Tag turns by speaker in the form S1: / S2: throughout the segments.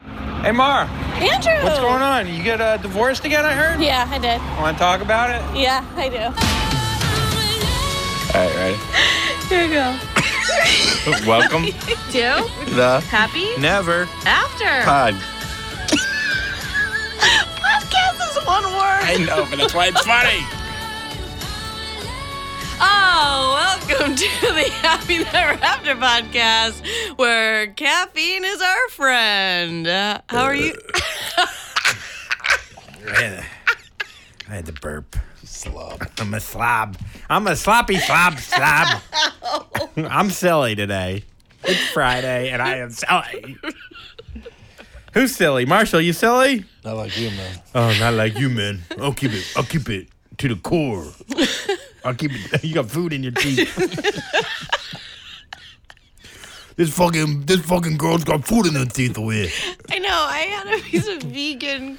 S1: Hey, Mar,
S2: Andrew!
S1: what's going on? You get uh, divorced again, I heard?
S2: Yeah, I did.
S1: Want to talk about it?
S2: Yeah, I do.
S3: All right, ready?
S2: Here you go.
S3: Welcome
S4: Do
S3: to the
S4: happy
S3: Never
S4: after.
S3: Pod.
S4: Podcast is one word.
S3: I know, but that's why it's funny.
S4: Oh, welcome to the Happy Never After podcast, where caffeine is our friend. Uh, how are you?
S5: I had, a, I had to burp. Slob. I'm a slob. I'm a sloppy slob slob. I'm silly today. It's Friday and I am silly. Who's silly? Marshall, you silly?
S1: Not like you, man.
S5: Oh, not like you, man. I'll keep it. I'll keep it to the core. I'll keep it. You got food in your teeth. this fucking this fucking girl's got food in her teeth away.
S4: I know I had a piece of vegan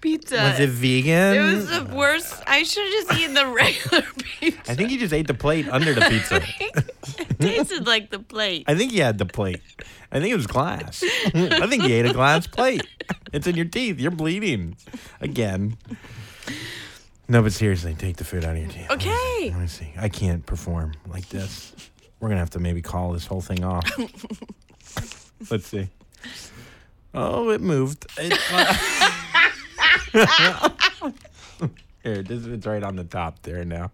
S4: pizza.
S5: Was it vegan?
S4: It was the worst. I should have just eaten the regular pizza.
S5: I think you just ate the plate under the pizza.
S4: it tasted like the plate.
S5: I think he had the plate. I think it was glass. I think he ate a glass plate. It's in your teeth. You're bleeding again. No, but seriously, take the food out of your teeth. Let me see.
S4: Okay.
S5: Let me see. I can't perform like this. We're gonna have to maybe call this whole thing off. Let's see. Oh, it moved. It, here, this, it's right on the top there now.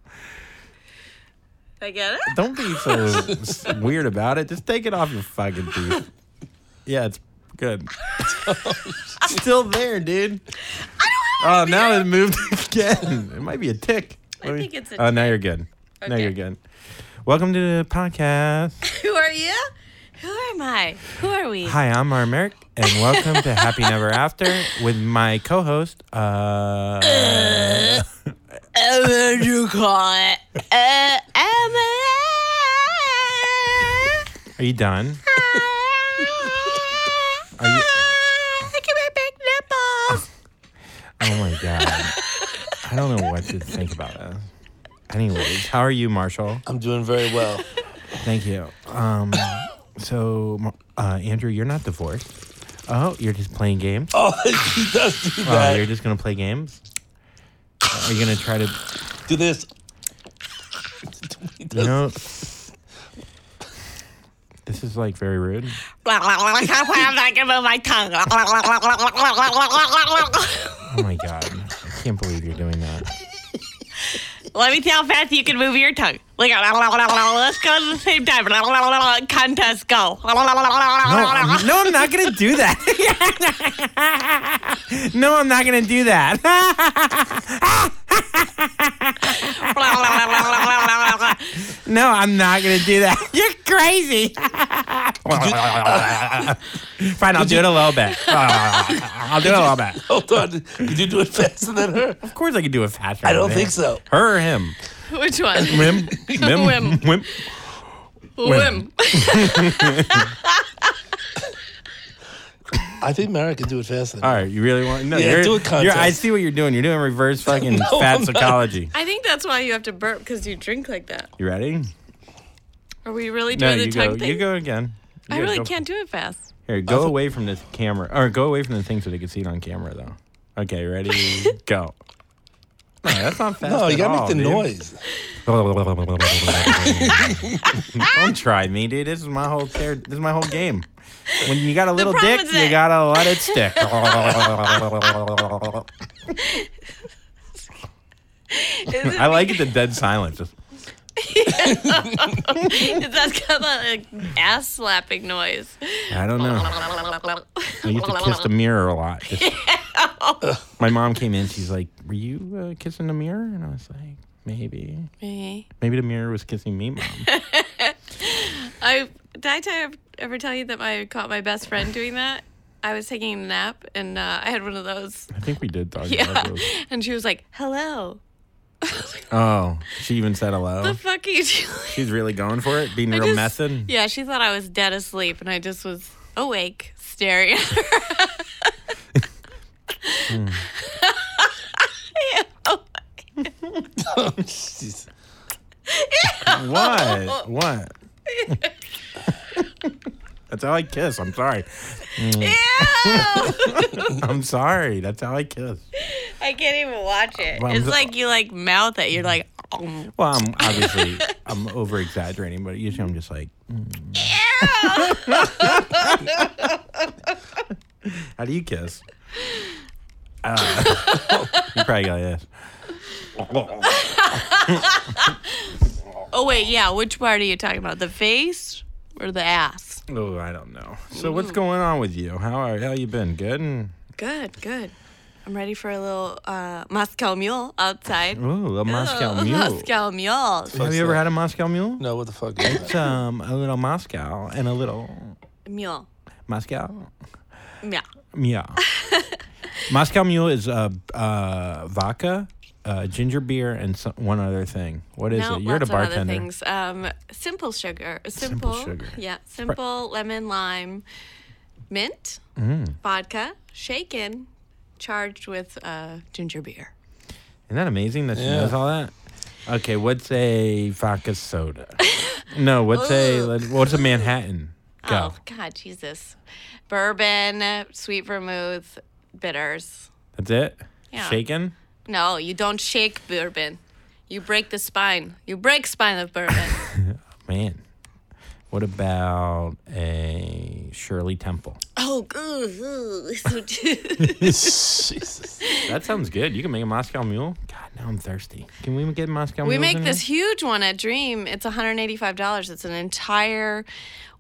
S4: I get it.
S5: Don't be so s- weird about it. Just take it off your fucking teeth. Yeah, it's good. Still there, dude. Oh, now it moved again. It might be a tick. Let
S4: think it's a
S5: Oh, now you're good. Now
S4: Okay.
S5: you're good. Welcome to the podcast.
S4: Who are you? Who am I? Who are we?
S5: Hi, I'm Mar Merrick, and welcome to Happy Never After with my co-host. Uh,
S4: would you call it? Uh, Emily.
S5: are you done? Are you-
S4: Look at my big nipples.
S5: Oh my god. I don't know what to think about this. Anyways, how are you, Marshall?
S1: I'm doing very well.
S5: Thank you. Um, so, Mar- uh, Andrew, you're not divorced. Oh, you're just playing games.
S1: oh, she does do
S5: Oh,
S1: that.
S5: you're just gonna play games. Are you gonna try to?
S1: do this.
S5: You know, this is like very rude.
S4: I'm not gonna move my tongue.
S5: Oh my god, I can't believe you're doing that.
S4: Let me see how fast you can move your tongue. Look, let's go at the same time. Contest, go.
S5: No, I'm, no, I'm not gonna do that. no, I'm not gonna do that. no, I'm not gonna do that. You're crazy. Fine, I'll do it a little bit. I'll do it a little bit.
S1: Hold on. Did you do it faster than her?
S5: Of course, I can do it faster.
S1: I don't
S5: than
S1: think
S5: him.
S1: so.
S5: Her or him?
S4: Which one?
S5: Whim, whim,
S4: Whim.
S5: whim.
S4: Whim.
S1: I think Mara can do it faster.
S5: All right, you really want? No,
S1: Yeah,
S5: you're,
S1: do a
S5: You're, I
S1: contest.
S5: see what you're doing. You're doing reverse fucking
S1: No,
S5: fat
S1: I'm not.
S5: psychology.
S4: I think that's why you have to burp because you drink like that.
S5: You ready?
S4: Are we really
S5: No,
S4: doing the
S5: you
S4: tongue
S5: go.
S4: thing?
S5: You go again. You
S4: I
S5: gotta
S4: really
S5: go.
S4: can't do it fast.
S5: Here, go away from this camera, or go away from the thing so they can see it on camera, though. Okay, ready? go. No, that's not fast.
S1: No, you
S5: at
S1: gotta
S5: all,
S1: make the
S5: dude.
S1: noise.
S5: Don't try me, dude. This is my whole care. This is my whole game. When you got a little
S4: problem
S5: dick,
S4: is
S5: you
S4: that-
S5: gotta let it stick.
S4: Is
S5: I like it the dead silence. Just-
S4: it, that's kind of like ass slapping noise.
S5: I don't know. I used to kiss the mirror a lot. Just- my mom came in. She's like, "Were you uh, kissing the mirror?" And I was like, "Maybe.
S4: Me.
S5: Maybe the mirror was kissing me, mom."
S4: I did I tell you, ever tell you that I caught my best friend doing that? I was taking a nap and uh, I had one of those.
S5: I think we did talk about
S4: Yeah,
S5: those.
S4: and she was like, "Hello."
S5: Oh, she even said hello.
S4: The fuck are you doing?
S5: She's really going for it, being
S4: I
S5: real
S4: just-
S5: method.
S4: Yeah, she thought I was dead asleep, and I just was awake, staring at her.
S5: Hmm.
S1: Oh, Jeez.
S5: What? What? That's how I kiss. I'm sorry.
S4: Ew!
S5: I'm sorry. That's how I kiss.
S4: I can't even watch it.
S5: Well, I'm
S4: it's
S5: so-
S4: like you like mouth it. You're like, um,
S5: Well, I'm obviously I'm over exaggerating, but usually I'm just like,
S4: ew!
S5: how do you kiss? Uh, you probably go like this.
S4: oh wait, yeah. Which part are you talking about? The face or the ass?
S5: Oh, I don't know. So what's going on with you? How are how you been? Good. And,
S4: Good, good. I'm ready for a little uh, Moscow Mule outside.
S5: ooh, a Moscow
S4: Oh,
S5: mule.
S4: Moscow Mule.
S5: Have you ever had a Moscow mule?
S1: No, what the fuck is
S5: It's
S1: that?
S5: um a little Moscow and a little
S4: Mule.
S5: Moscow.
S4: Yeah.
S5: Yeah. Moscow Mule is uh, uh, vodka, uh, ginger beer, and so- one other thing. What is
S4: no,
S5: it? You're
S4: lots
S5: the
S4: of other
S5: bartender.
S4: things. Um, simple sugar. uh, Simple,
S5: sugar.
S4: Yeah. Simple lemon lime, mint,
S5: Mm.
S4: vodka, shaken, charged with uh, ginger beer.
S5: Isn't that amazing that she
S1: Yeah.
S5: knows all that? Okay, what's a vodka soda? no, what's a
S4: Ugh.
S5: what's a Manhattan? Go.
S4: Oh God, Jesus! Bourbon, sweet vermouth, bitters.
S5: That's it.
S4: Yeah.
S5: Shaken.
S4: No, you don't shake bourbon. You break the spine. You break spine of bourbon.
S5: Man, what about a Shirley Temple?
S4: oh, ooh, ooh, so
S1: Jesus.
S5: That sounds good. You can make a Moscow Mule. God, now I'm thirsty. Can we get Moscow Mule?
S4: We make this huge one at Dream. It's $185. It's an entire,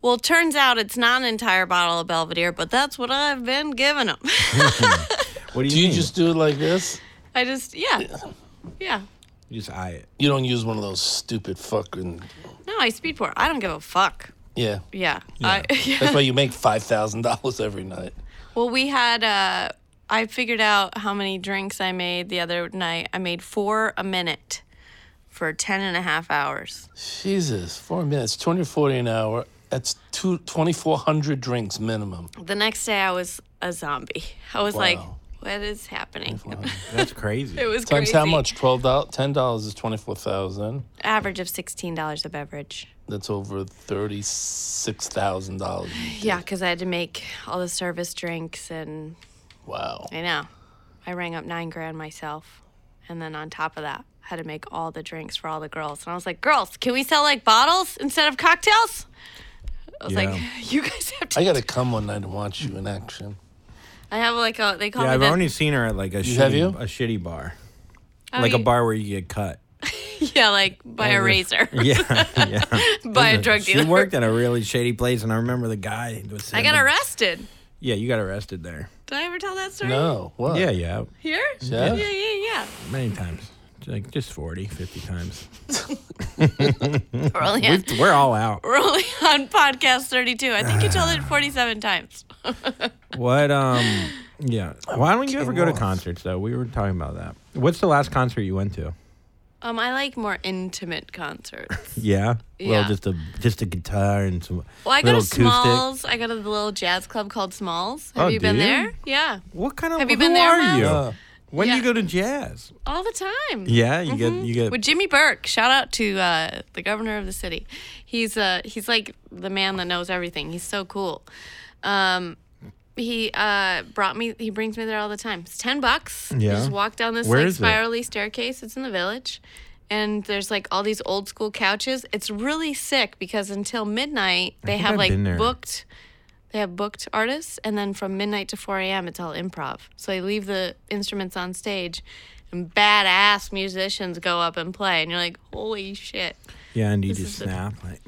S4: well, turns out it's not an entire bottle of Belvedere, but that's what I've been giving them.
S5: What do you,
S1: Do you
S5: mean?
S1: just do it like this?
S4: I just, yeah. Yeah.
S5: You just eye it?
S1: You don't use one of those stupid fucking.
S4: No, I speed pour. I don't give a fuck.
S1: Yeah.
S4: Yeah. I,
S1: That's why you make five thousand dollars every night.
S4: Well, we had, uh, I figured out how many drinks I made the other night. I made four a minute for 10 and a half hours.
S1: Jesus, four minutes, two hundred forty an hour. That's two twenty four hundred drinks minimum.
S4: The next day I was a zombie. I was like,
S1: Wow.
S4: what is happening?
S5: That's crazy.
S4: It was
S1: Times
S4: crazy.
S1: how much? Twelve dollars. Ten dollars is twenty four thousand.
S4: average of sixteen dollars a beverage.
S1: That's over thirty six thousand dollars.
S4: Yeah, because I had to make all the service drinks, and
S1: Wow.
S4: I know I rang up nine grand myself, and then on top of that, had to make all the drinks for all the girls. And I was like, "Girls, can we sell like bottles instead of cocktails?" I was like, "You guys have to."
S1: I gotta come one night and watch you in action.
S4: I have like a they call
S5: yeah,
S4: me
S5: I've
S4: the,
S5: only seen her at like a shitty,
S1: have you?
S5: a shitty bar,
S4: oh,
S5: like a
S4: you-
S5: bar where you get cut.
S4: Yeah, like by a razor,
S5: Yeah, yeah.
S4: by a drug
S5: She
S4: dealer.
S5: worked at a really shady place, and I remember the guy was.
S4: I
S5: saying-
S4: got arrested.
S5: Yeah, you got arrested there.
S4: Did I ever tell that story?
S1: No. What?
S5: Yeah, yeah,
S4: Here?
S1: Yeah.
S4: Yeah, yeah,
S5: many times, like just 40, 50 times.
S4: yeah. Or only had-
S5: We're all out.
S4: We're only on podcast 32. I think you told it 47 times.
S5: What? Um, yeah. Why don't you ever
S1: came
S5: go to
S1: off.
S5: concerts though? We were talking about that. What's the last concert you went to?
S4: Um, I like more intimate concerts.
S5: Yeah. Well,
S4: Yeah.
S5: just a just a guitar and some
S4: Well, I go
S5: little
S4: to Smalls. I go to the little jazz club called Smalls. Have
S5: Oh,
S4: you been
S5: do you?
S4: there? Yeah,
S5: What kind of
S4: Have you
S5: who
S4: been there,
S5: are
S4: Miles?
S5: you?
S1: Uh,
S5: When do you
S4: Yeah. Mm-hmm.
S5: go to jazz?
S4: all the time.
S5: Yeah, you get you get
S4: With Jimmy Burke, shout out to uh, the governor of the city. He's uh, he's like the man that knows everything. He's so cool. Um, he uh, brought me. He brings me there all the time. It's ten bucks. You
S5: Yeah.
S4: just walk down this
S5: Where
S4: like
S5: is it?
S4: spirally staircase. It's in the village, and there's like all these old school couches. It's really sick because until midnight they
S5: think
S4: have
S5: I've been there.
S4: like booked. They have booked artists, and then from midnight to 4 a.m., it's all improv. So they leave the instruments on stage, and badass musicians go up and play, and you're like, holy shit.
S5: Yeah, and you
S4: This
S5: just
S4: is a-
S5: snap like.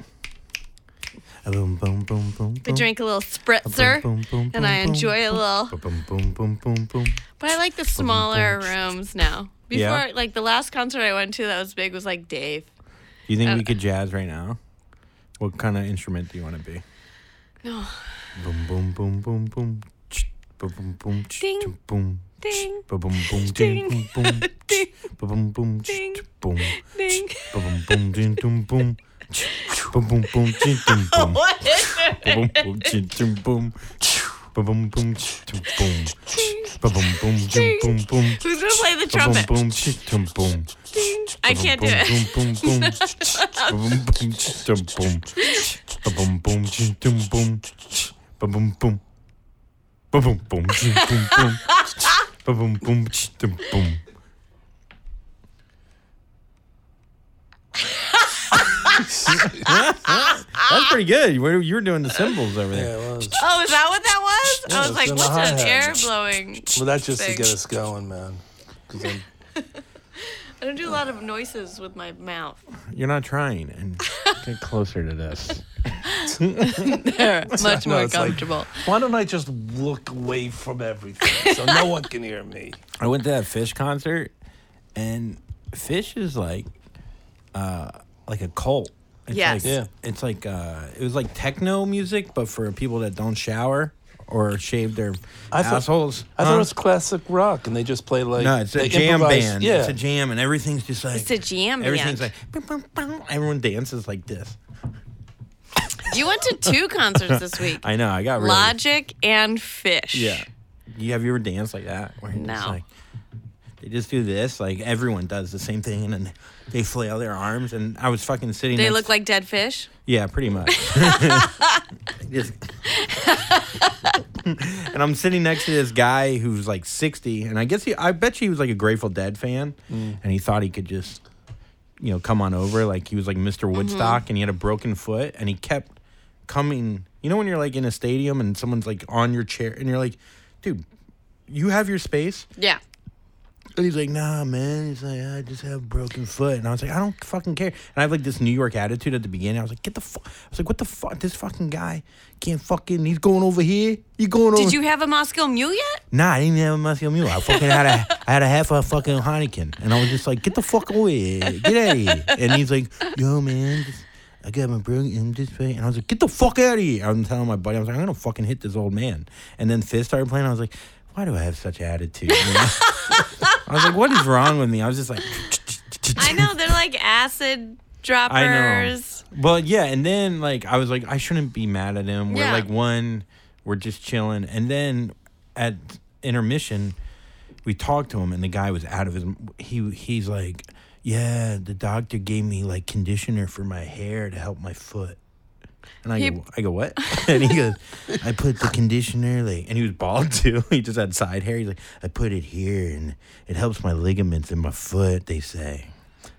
S5: a Boom, boom, boom, boom,
S4: I
S5: boom.
S4: drink a little spritzer,
S5: boom, boom,
S4: and I
S5: boom, boom,
S4: enjoy a
S5: Boom,
S4: little.
S5: boom, boom, boom, boom, boom.
S4: But I like the smaller rooms now. Before,
S5: Yeah?
S4: like the last concert I went to that was big was like Dave.
S5: You think
S4: Uh,
S5: we could jazz right now? What kind of instrument do you want to be?
S4: No.
S5: Boom, boom, boom, boom, boom. Ch- Boom, boom, boom. ch-
S4: Ding,
S5: ch- Boom. ch-
S4: ding,
S5: Boom, boom, boom.
S4: ding,
S5: Ding, boom, boom.
S4: ding,
S5: ch- Boom, boom,
S4: ding,
S5: ding. Boom.
S4: ding.
S5: Boom, boom, ding, boom, boom. ch- Boom, boom, boom, ding, boom, boom.
S4: What is it?
S5: boom boom chim chim boom boom boom boom chim boom boom boom boom chim boom boom
S4: Who's gonna play the
S5: boom
S4: trumpet?
S5: boom chim chim boom
S4: I can't do it.
S5: boom boom boom boom boom chim boom boom boom chim boom boom boom boom Boom, boom, boom, ching, boom, boom. Boom, boom, boom, ch- dum, boom.
S4: Ah!
S5: That's pretty good. You were, you were doing the cymbals over there.
S1: Yeah, well, it's-
S4: Oh, is that what that was? I was
S1: it's
S4: like,
S1: in the
S4: what's an
S1: hi-hat.
S4: air blowing?
S1: well, that's just to
S4: thing?
S1: get us going, man. 'Cause I'm-
S4: I don't do a lot of noises with my mouth.
S5: You're not trying. And get closer to this.
S4: They're much
S1: No,
S4: more
S1: it's like-
S4: comfortable.
S1: Why don't I just look away from everything so no one can hear me?
S5: I went to that Fish concert, and Fish is like, uh, like a cult. It's
S4: Yes.
S5: Like,
S1: Yeah.
S5: It's like uh, it was like techno music, but for people that don't shower or shave their
S1: I thought-
S5: assholes.
S1: I thought
S5: Huh?
S1: it was classic rock, and they just play like
S5: No, it's a
S1: they
S5: jam
S1: improvise-
S5: band.
S1: Yeah,
S5: It's a jam, and everything's just like
S4: It's a jam
S5: Everything's
S4: band.
S5: like "Bum, bum, bum." everyone dances like this.
S4: You went to two concerts this week.
S5: I know. I got really,
S4: Logic and Fish.
S5: Yeah. You have you ever danced like that? Where it's
S4: No.
S5: Like, they just do this. Like everyone does the same thing, and then they flail their arms. And I was fucking sitting.
S4: They
S5: next-
S4: look like dead fish.
S5: Yeah, pretty much. Just- and I'm sitting next to this guy who's like 60, and I guess he, I bet you he was like a Grateful Dead fan, and he thought he could just, you know, come on over. Like he was like Mr. Woodstock, and he had a broken foot, and he kept coming. You know, when you're like in a stadium and someone's like on your chair, and you're like, dude, you have your space.
S4: Yeah.
S5: And he's like, nah, man. He's like, I just have a broken foot. And I was like, I don't fucking care. And I have like this New York attitude at the beginning. I was like, get the fuck. I was like, what the fuck? This fucking guy can't fucking, he's going over here. He's going over.
S4: Did you have a Moscow Mule yet?
S5: Nah, I didn't have a muscle mule. I fucking had a, I had a half a fucking Heineken, and I was just like, get the fuck away, get out of here. And he's like, yo, man, just, I got my bro in this way, and I was like, get the fuck out of here. I'm telling my buddy, I was like, I'm gonna fucking hit this old man. And then Fizz started playing. I was like, why do I have such attitude? you know? I was like, what is wrong with me? I was just like,
S4: I know they're like acid droppers.
S5: I know. Well, yeah, and then like I was like, I shouldn't be mad at him. We're
S4: Yeah.
S5: like one, we're just chilling, and then at intermission, we talked to him, and the guy was out of his. He he's like, yeah, the doctor gave me like conditioner for my hair to help my foot. And I
S4: He-
S5: go, I go, what? and he goes, I put the conditioner like, and he was bald too. He just had side hair. He's like, I put it here, and it helps my ligaments in my foot. They say.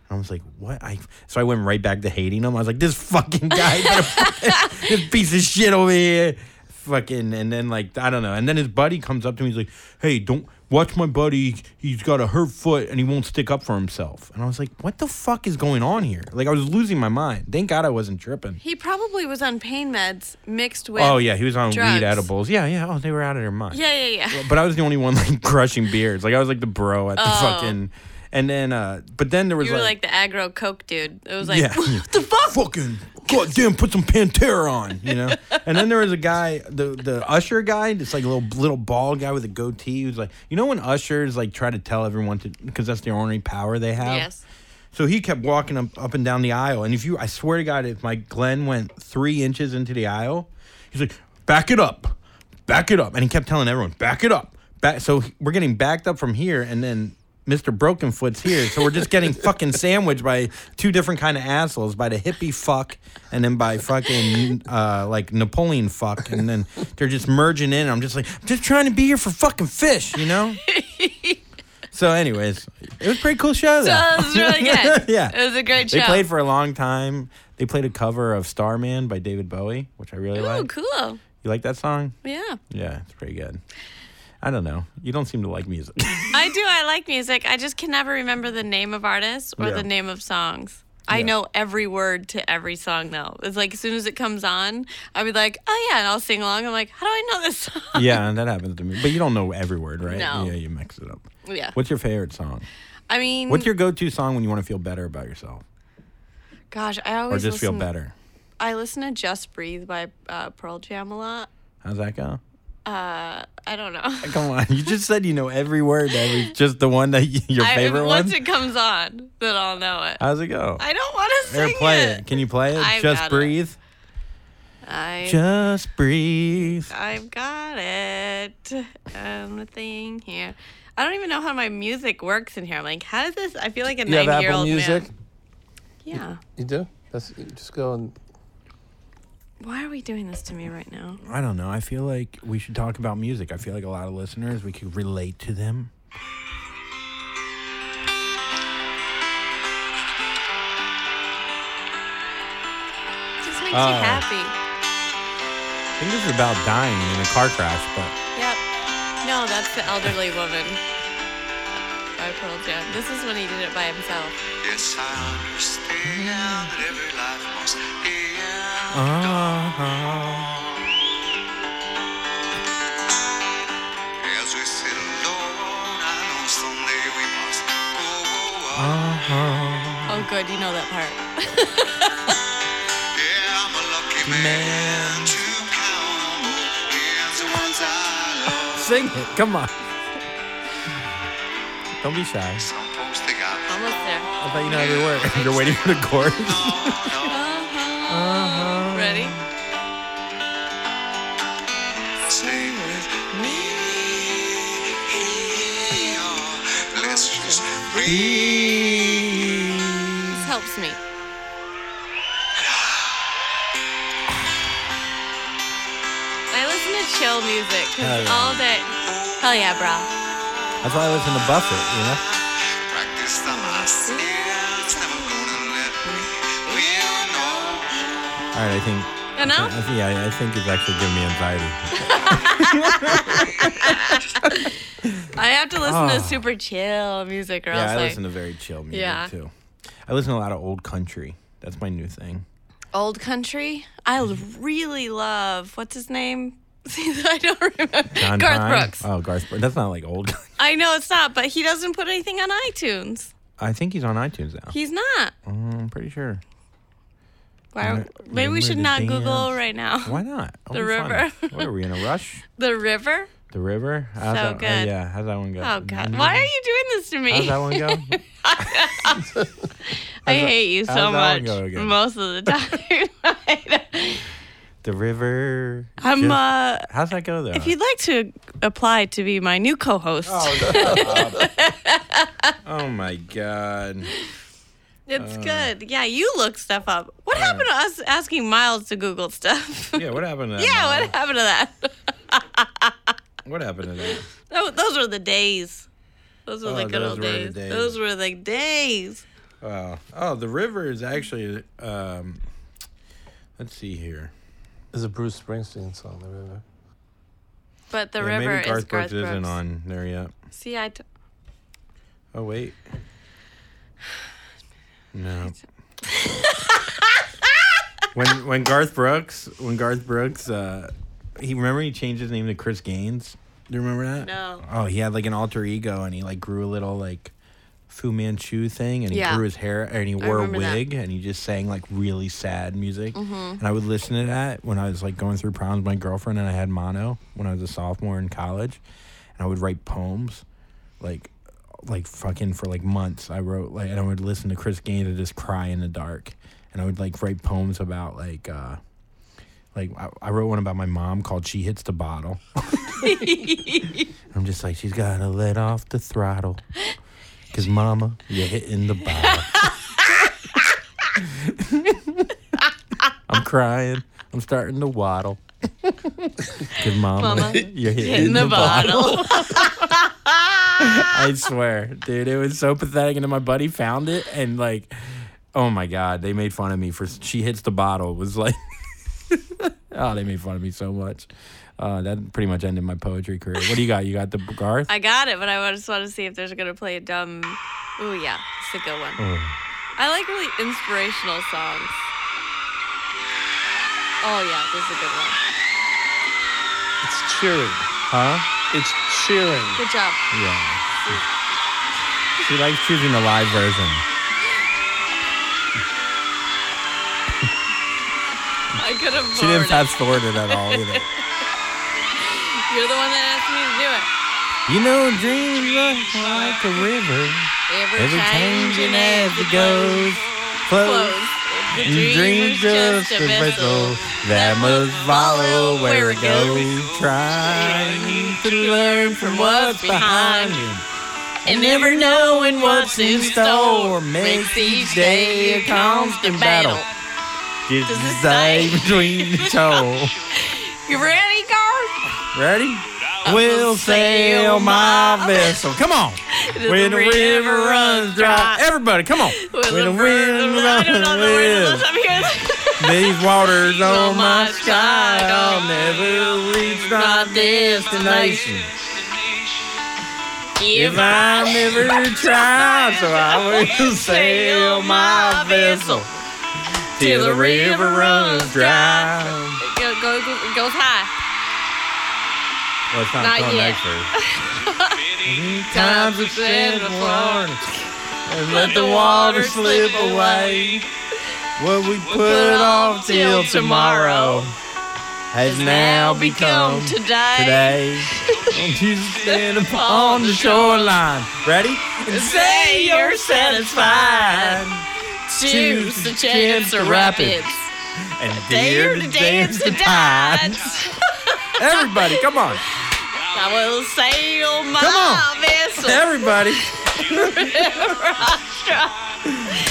S5: I was like, what? I so I went right back to hating him. I was like, this fucking guy, got a fucking- this piece of shit over here, fucking. And then like I don't know. And then his buddy comes up to me. He's like, hey, don't watch my buddy. He's got a hurt foot and he won't stick up for himself. And I was like, what the fuck is going on here? Like I was losing my mind. Thank God I wasn't tripping.
S4: He probably was on pain meds mixed with.
S5: Oh yeah, he was on
S4: drugs.
S5: weed edibles. Yeah, yeah. Oh, they were out of their mind.
S4: Yeah, yeah, yeah.
S5: But I was the only one like crushing beards. Like I was like the bro at the
S4: Oh.
S5: fucking. And then, uh but then there was
S4: You were like the aggro coke dude. It was like,
S5: Yeah.
S4: what the fuck?
S5: fucking goddamn put some Pantera on, you know. and then there was a guy, the the usher guy, this like little little bald guy with a goatee who's like, you know, when ushers like try to tell everyone to because that's their only power they have.
S4: Yes.
S5: So he kept walking up up and down the aisle, and if you, I swear to God, if my Glenn went three inches into the aisle, he's like, back it up, back it up, and he kept telling everyone, back it up, back. So we're getting backed up from here, and then. Mr. Brokenfoot's here, so we're just getting fucking sandwiched by two different kind of assholes, by the hippie fuck, and then by fucking uh, like Napoleon fuck, and then they're just merging in. I'm just like, I'm just trying to be here for fucking fish, you know. so, anyways, it was a pretty cool show. though.
S4: That was really good.
S5: Yeah.
S4: It was a great show.
S5: They played for a long time. They played a cover of Starman by David Bowie, which I really
S4: Oh,
S5: like.
S4: cool.
S5: You like that song?
S4: Yeah.
S5: Yeah, it's pretty good. I don't know. You don't seem to like music.
S4: I do. I like music. I just can never remember the name of artists or
S5: Yeah.
S4: the name of songs. I know every word to every song though. It's like as soon as it comes on, I'll be like, "Oh yeah," and I'll sing along. I'm like, "How do I know this song?"
S5: yeah, and that happens to me. But you don't know every word, right?
S4: No.
S5: Yeah, you mix it up.
S4: Yeah.
S5: What's your favorite song?
S4: I mean,
S5: What's your go-to song when you want to feel better about yourself
S4: gosh, I
S5: or
S4: always
S5: just feel
S4: listen,
S5: better?
S4: I listen to "Just Breathe" by uh, Pearl Jam a lot.
S5: How's that go?
S4: I don't know.
S5: Come on, you just said you know every word. Every just the one that you, your
S4: I,
S5: favorite
S4: once
S5: one.
S4: it comes on, then I'll know it.
S5: How's it go?
S4: I don't want to
S5: Here,
S4: sing
S5: play
S4: it.
S5: it. Can you play it?
S4: I've got
S5: just
S4: it.
S5: breathe.
S4: I
S5: Just breathe.
S4: I've got it. Um, the thing here. I don't even know how my music works in here. I'm like, how does this? I feel like a
S1: you have Apple
S4: nine-year-old man.
S1: Music.
S4: Yeah.
S1: You do? That's you just go and
S4: Why are we doing this to me right now?
S5: I don't know. I feel like we should talk about music. I feel like a lot of listeners, we could relate to them.
S4: It just makes
S5: Oh.
S1: Ah.
S4: you happy.
S5: I think this is about dying in a car crash, but
S4: Yep. No, that's the elderly woman. By Pearl Jam. This is when he did it by himself.
S6: Yes, I understand that every life must end.
S5: Uh-huh.
S6: As we sit alone, I know someday we must go on.
S4: Oh, good. You know that part.
S6: Yeah, I'm a lucky man to count on both hands the ones I love.
S5: sing it. Come on. Don't be shy.
S6: Some folks they got
S4: Almost there.
S5: I thought you know every word. You're waiting for the chorus.
S1: Uh-huh.
S4: Ready?
S6: stay with me. Let's just breathe.
S4: This helps me. I listen to chill music 'cause
S5: Hell yeah.
S4: all day. Hell yeah, brah.
S5: That's why I listen to Buffett, you know?
S6: Practice on myself. Never gonna let me win. No.
S5: All right, I think.
S4: You know?
S5: I think yeah, I think it's actually giving me anxiety.
S4: I have to listen to super chill music or
S5: Oh. Yeah,
S4: else
S5: I
S4: like
S5: listen to very chill music
S4: Yeah.
S5: too. I listen to a lot of old country. That's my new thing.
S4: old country. I l- really love what's his name. See, I don't remember.
S5: John
S4: Garth
S5: Prine?
S4: Brooks.
S5: Oh, Garth Brooks. That's not like old.
S4: I know it's not, but he doesn't put anything on iTunes.
S5: I think he's on iTunes now.
S4: He's not.
S5: Mm, I'm pretty sure.
S4: Why,
S5: Alright,
S4: maybe we
S5: remember
S4: should
S5: to
S4: not Google
S5: dance.
S4: right now.
S5: Why not? It'll
S4: The
S5: be fun.
S4: river.
S5: what are we in a rush?
S4: The river.
S5: The river. How's
S4: So
S5: that, oh,
S4: good.
S5: yeah. How's that one go? Mm-hmm.
S4: Oh God! Why are you doing this to me?
S5: How's that one go?
S4: I hate you so
S5: how's that one
S4: much.
S5: go again?
S4: Most of the time,
S5: the river.
S4: I'm.
S5: just-
S4: Uh,
S5: How's that go though?
S4: if you'd like to apply to be my new co-host,
S5: oh my God.
S4: it's
S5: Uh.
S4: good. Yeah, you look stuff up. What happened to us asking Miles to Google stuff?
S5: Yeah. What happened to that?
S4: yeah,
S5: Mom?
S4: what happened to that?
S5: What happened to that?
S4: Tho- those were the days. Those were
S5: Oh,
S4: the good
S5: those
S4: old
S5: were the
S4: days.
S5: days.
S4: Those were the days.
S5: Wow. Oh, the river is actually. Um, let's see here.
S1: There's a Bruce Springsteen song, The River.
S4: But the
S5: Yeah,
S4: river
S5: maybe Garth
S4: is Garth
S5: Brooks
S4: Brooks.
S5: isn't on there yet.
S4: See, I. T-
S5: Oh wait. No. when when Garth Brooks when Garth Brooks uh he remember he changed his name to Chris Gaines? Do you remember that?
S4: No.
S5: Oh, he had like an alter ego and he like grew a little like Fu Manchu thing and he
S4: Yeah.
S5: grew his hair and he wore a
S4: remember that. Mm-hmm.
S5: wig and he just sang like really sad music. And I would listen to that when I was like going through problems with my girlfriend and I had mono when I was a sophomore in college and I would write poems like like fucking for like months I wrote like and I would listen to Chris Gaines and just cry in the dark and I would like write poems about like uh like I, I wrote one about my mom called she hits the bottle I'm just like she's gotta let off the throttle cause mama you're hitting the bottle I'm crying I'm starting to waddle cause mama,
S4: Mama,
S5: you're hitting,
S4: in the bottle.
S5: I swear, dude, it was so pathetic. And then my buddy found it, and like, oh my god, they made fun of me for she hits the bottle. It was like, oh, they made fun of me so much. Uh, that pretty much ended my poetry career. What do you got? You got the Garth?
S4: I got it, but I just want to see if there's gonna play a dumb. Ooh yeah, it's a good one.
S5: Mm.
S4: I like really inspirational songs. Oh yeah, this is a good one.
S1: It's cheering.
S5: huh?
S1: It's cheering.
S4: Good job.
S5: Mm. Yeah. She likes choosing the live version.
S4: I could have.
S5: She didn't
S4: forwarded.
S5: fast forward it at all either.
S4: You're the one that asked me to do it.
S5: You know, dreams are like a river,
S4: Ever,
S5: ever changing as it goes.
S4: Close.
S5: Flows.
S4: The
S5: And dreams just a vessel that must follow where it goes. Trying to learn from what's behind him.
S4: And never knowing
S5: What's in store makes each day a constant battle. Does
S4: this
S5: between the toe.
S4: You ready, Garth?
S5: Ready? We'll sail my vessel. Come on. When the river runs dry. Everybody, come on. When the wind
S4: I don't
S5: runs
S4: know the words
S5: dry.
S4: unless I'm here.
S5: These waters on my
S4: my
S5: sky,
S4: side,
S5: I'll never reach my destination. If I never try, so I will sail my vessel till the river runs dry.
S4: Go, go, go, goes high.
S5: Well, it's not,
S4: Not
S5: going
S4: yet.
S5: next verse. Times have said before, and let the water slip away. What we put off till tomorrow has now become
S4: today.
S5: today. Don't you stand upon the shoreline. Ready? And say you're satisfied.
S4: Choose the chance to wrap it.
S5: And
S4: Dare
S5: dare
S4: to dance to
S5: tide.
S4: dance.
S5: Everybody, come on.
S4: I will sail
S5: Come on.
S4: my vessel.
S5: Everybody.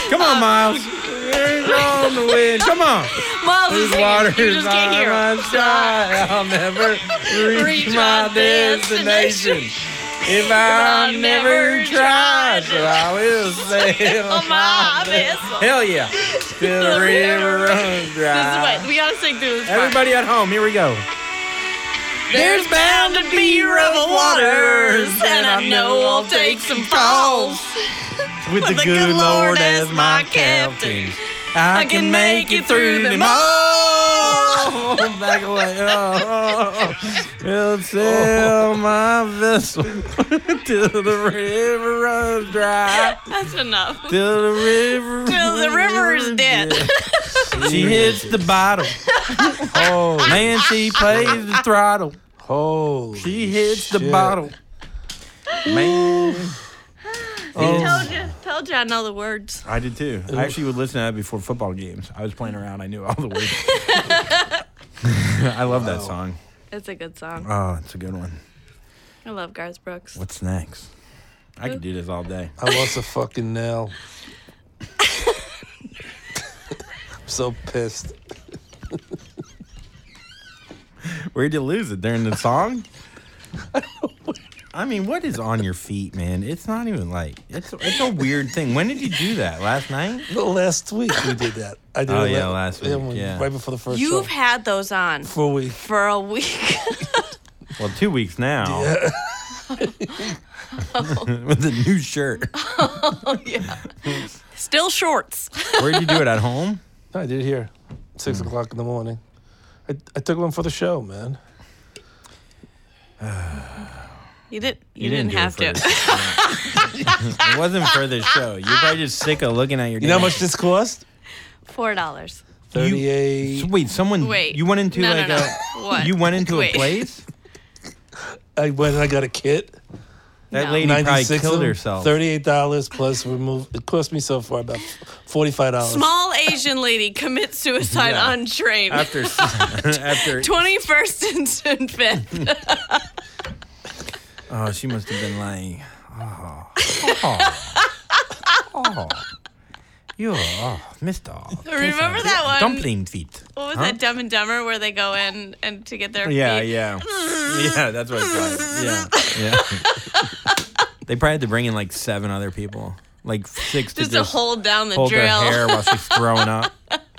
S5: Come on, Miles. on the wind. Come on.
S4: Miles is
S5: These
S4: singing.
S5: waters
S4: You just can't
S5: are
S4: hear him.
S5: my side. I'll never reach,
S4: Reach
S5: my
S4: my
S5: destination. If I
S4: I'll
S5: never
S4: never
S5: try,
S4: try
S5: so I will sail my
S4: on my
S5: vessel.
S4: vessel.
S5: Hell yeah. Till the river runs
S4: This is what
S5: dry.
S4: we gotta sing through this part.
S5: Everybody at home, here we go.
S4: There's bound to be rough waters, and I know I'll take some falls.
S5: With the good Lord as my captain, I can make it through them all. Back away. Oh, will sail my vessel till the river runs dry.
S4: That's enough.
S5: Till the river.
S4: Till the river is dead.
S5: She hits the bottle.
S1: Oh,
S5: Man, she plays the throttle.
S1: holy.
S5: She hits the
S1: shit.
S5: bottle. Man.
S4: told you, told you I know the words.
S5: I did too. I actually would listen to that before football games. I was playing around. I knew all the words. I love that song.
S4: It's a good song.
S5: Oh, it's a good one.
S4: I love Garth Brooks.
S5: What's next? I could do this all day.
S1: I lost a fucking nail. I'm so pissed.
S5: Where'd you lose it during the song? I mean, what is on your feet, man? It's not even like it's. It's a weird thing. When did you do that? Last night?
S1: No, last week we did that. I did
S5: Oh,
S1: it
S5: yeah,
S1: la-
S5: last week,
S1: when-
S5: yeah.
S1: Right before the first
S4: You've
S1: show.
S4: had those on
S1: For a week.
S4: for a week.
S5: Well, two weeks now. With a new shirt.
S4: Still shorts.
S5: Where'd you do it at home?
S1: No, I did it here. Six
S5: Hmm.
S1: o'clock in the morning. I, I took one for the show, man.
S4: You didn't. You, didn't,
S5: do
S4: have
S5: it for
S4: to.
S5: this- it wasn't for the show. You're probably just sick of looking at your.
S1: You know how
S5: damn-
S1: much this cost?
S4: Four dollars.
S1: Thirty-eight.
S5: Wait, someone.
S4: Wait.
S5: You went into
S4: No, no,
S5: like
S4: no.
S5: a.
S4: What?
S5: You went into
S4: Wait.
S5: a place.
S1: I went and I got a kit.
S5: That
S4: No.
S5: lady probably
S1: Ninety-six.
S5: killed
S1: of them,
S5: herself.
S1: Thirty-eight dollars plus remove. It cost me so far about forty-five dollars.
S4: Small Asian lady commits suicide
S5: Yeah.
S4: on train.
S5: After. after.
S4: Twenty first and fifth.
S5: Oh, she must have been lying. Oh. Oh. oh. You oh, missed all.
S4: Remember that one?
S5: Dumpling feet.
S4: What was
S5: Huh?
S4: that Dumb and Dumber where they go in and to get their
S5: Yeah,
S4: feet?
S5: yeah. Yeah, that's what it's like. Yeah. Yeah. they probably had to bring in like seven other people. Like six
S4: Just
S5: to
S4: to
S5: just
S4: hold down the
S5: hold
S4: drill.
S5: their hair while she's throwing up.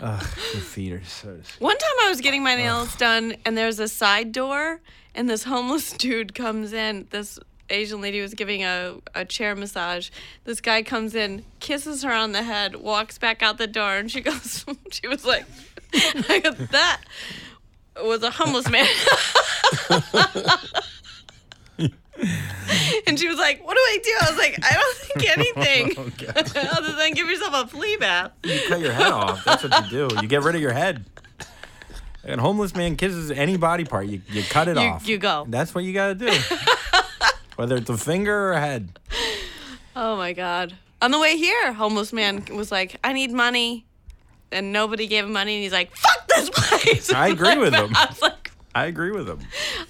S5: Ugh, your feet are so disgusting.
S4: One time I was getting my nails done, and there's a side door, and this homeless dude comes in. This Asian lady was giving a, a chair massage. This guy comes in, kisses her on the head, walks back out the door, and she goes, she was like, I go, that was a homeless man. and she was like, What do I do? I was like, I don't think anything other than give yourself a flea bath.
S5: You cut your head off. That's what you do. You get rid of your head. And homeless man kisses any body part, you, you cut it
S4: You-
S5: off.
S4: you go.
S5: That's what you gotta do. Whether it's a finger or a head.
S4: Oh my God. On the way here, homeless man was like, I need money. And nobody gave him money. And he's like, fuck this place.
S5: I agree with him.
S4: I was like,
S5: I agree with him.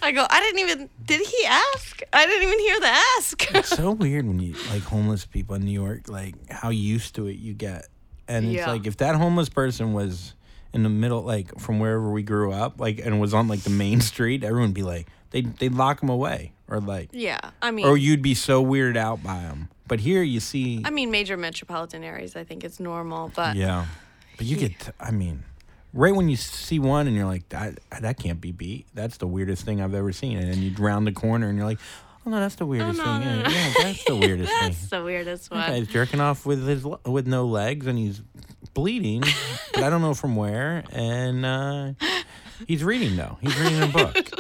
S4: I go, I didn't even, did he ask? I didn't even hear the ask.
S5: so weird when you like homeless people in New York, like how used to it you get. And it's
S4: Yeah.
S5: like if that homeless person was in the middle, like from wherever we grew up, like and was on like the main street, everyone would be like, they they'd lock him away or like,
S4: Yeah, I mean,
S5: or you'd be so weirded out by him. But here you see,
S4: I mean, major metropolitan areas, I think it's normal, but
S5: yeah. But you get, t- I mean, right when you see one and you're like, that that can't be beat. That's the weirdest thing I've ever seen. And then you round the corner and you're like, oh no, that's the weirdest
S4: no,
S5: thing.
S4: no,
S5: yeah, yeah, that's the weirdest thing.
S4: that's the weirdest one.
S5: He's jerking off with his le- with no legs and he's bleeding, but I don't know from where. And uh, he's reading though. He's reading a book.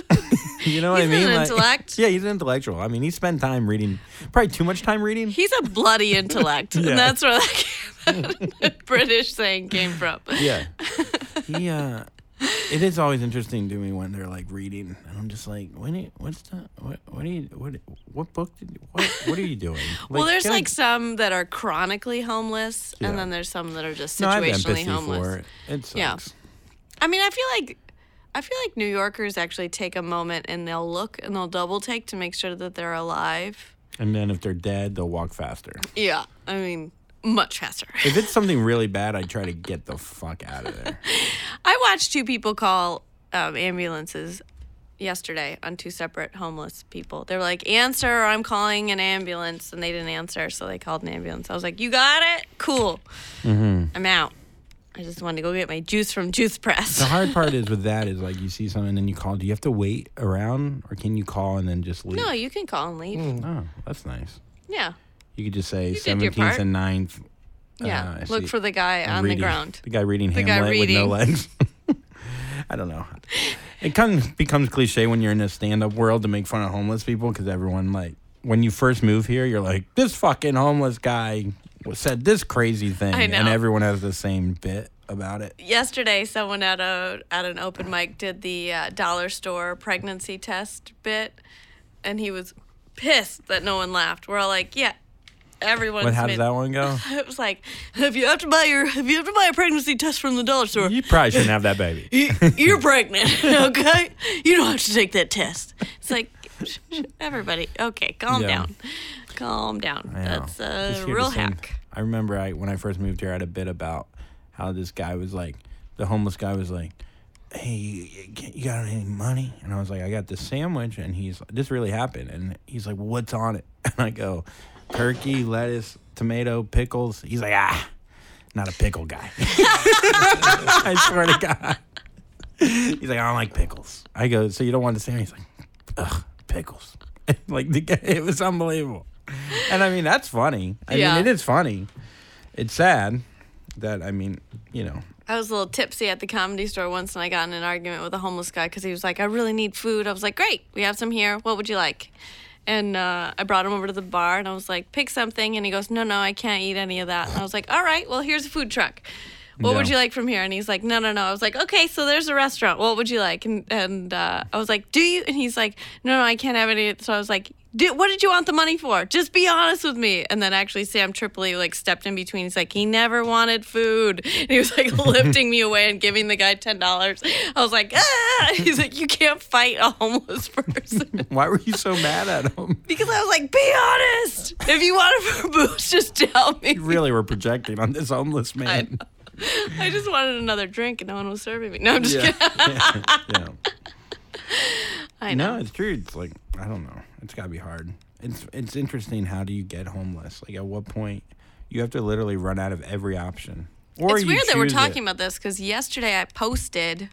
S5: you know what
S4: He's
S5: I mean?
S4: an
S5: Like-
S4: intellect.
S5: Yeah, he's an intellectual. I mean, he spent time reading, probably too much time reading.
S4: He's a bloody intellect,
S5: Yeah.
S4: and that's where that that British saying came from.
S5: yeah. He, uh, it is always interesting to me when they're like reading, and I'm just like, when? you- What's the? What? What are you? What? What book did? You, what? What are you doing?
S4: well, there's
S5: can I-
S4: like some that are chronically homeless,
S5: Yeah.
S4: and then there's some that are just
S5: No, I have
S4: situationally
S5: empathy
S4: homeless.
S5: For it. it sucks.
S4: Yeah. I mean, I feel like I feel like New Yorkers actually take a moment and they'll look and they'll double take to make sure that they're alive.
S5: And then if they're dead, they'll walk faster.
S4: Yeah, I mean, much faster.
S5: If it's something really bad, I try to get the fuck out of there.
S4: I watched two people call um, ambulances yesterday on two separate homeless people. They were like, "Answer, or I'm calling an ambulance," and they didn't answer, so they called an ambulance. I was like, "You got it, cool.
S5: Mm-hmm.
S4: I'm out. I just wanted to go get my juice from Juice Press."
S5: The hard part is with that is like you see something and then you call. Do you have to wait around or can you call and then just leave?
S4: no, you can call and leave.
S5: Oh, that's nice.
S4: Yeah,
S5: You could just say
S4: did your
S5: 17th and 9th.
S4: yeah.
S5: Ah, I
S4: Look
S5: see.
S4: for the guy on
S5: reading-
S4: the ground.
S5: The guy reading
S4: guy
S5: Hamlet with no
S4: reading.
S5: legs. I don't know. It comes becomes cliche when you're in a stand up world to make fun of homeless people because everyone like when you first move here, you're like this fucking homeless guy w- said this crazy thing,
S4: I
S5: and
S4: know.
S5: everyone has the same bit about it.
S4: yesterday someone at a at an open mic did the uh, dollar store pregnancy test bit and he was pissed that no one laughed we're all like yeah everyone's
S5: What? How does
S4: made-
S5: that one go?
S4: it was like if you have to buy your if you have to buy a pregnancy test from the dollar store
S5: You probably shouldn't have that baby.
S4: you, you're pregnant okay you don't have to take that test it's like sh- sh- everybody okay calm
S5: Yeah.
S4: down calm down
S5: I know.
S4: that's
S5: Just
S4: a
S5: hear the
S4: real
S5: same-
S4: hack
S5: I remember I when I first moved here, I had a bit about how this guy was like, the homeless guy was like, "Hey, you, you- you got any money?" And I was like, "I got this sandwich," and he's this really happened, and he's like, "What's on it?" And I go, "Turkey, lettuce, tomato, pickles." He's like, "Ah, not a pickle guy." I swear to God. He's like, I don't like pickles. I go, so you don't want the sandwich? He's like, ugh, pickles. like the guy, it was unbelievable. And I mean, that's funny. I
S4: Yeah.
S5: mean, it is funny. It's sad that I mean, you know,
S4: I was a little tipsy at the comedy store once and I got in an argument with a homeless guy because he was like, I really need food. I was like, great, we have some here. What would you like? And uh, I brought him over to the bar and I was like, pick something. And he goes, no, no, I can't eat any of that. And I was like, all right, well, here's a food truck. What would
S5: Yeah.
S4: you like from here? And he's like, no, no, no. I was like, okay, so there's a restaurant. What would you like? And, and uh, I was like, do you? And he's like, no, no, I can't have any. So I was like, "Di- what did you want the money for? Just be honest with me. And then actually Sam Tripoli like stepped in between. He's like, he never wanted food. And he was like lifting me away and giving the guy ten dollars. I was like, ah. He's like, you can't fight a homeless person.
S5: why were you so mad at him?
S4: because I was like, be honest. If you want it for booze, just tell me.
S5: You really were projecting on this homeless man.
S4: I just wanted another drink and no one was serving me. No, I'm just
S5: Yeah.
S4: kidding.
S5: yeah. yeah.
S4: I know.
S5: No, it's true. It's like I don't know. It's gotta be hard. It's it's interesting. How do you get homeless? Like at what point you have to literally run out of every option? Or
S4: it's
S5: you
S4: weird that we're
S5: choose it.
S4: talking about this because yesterday I posted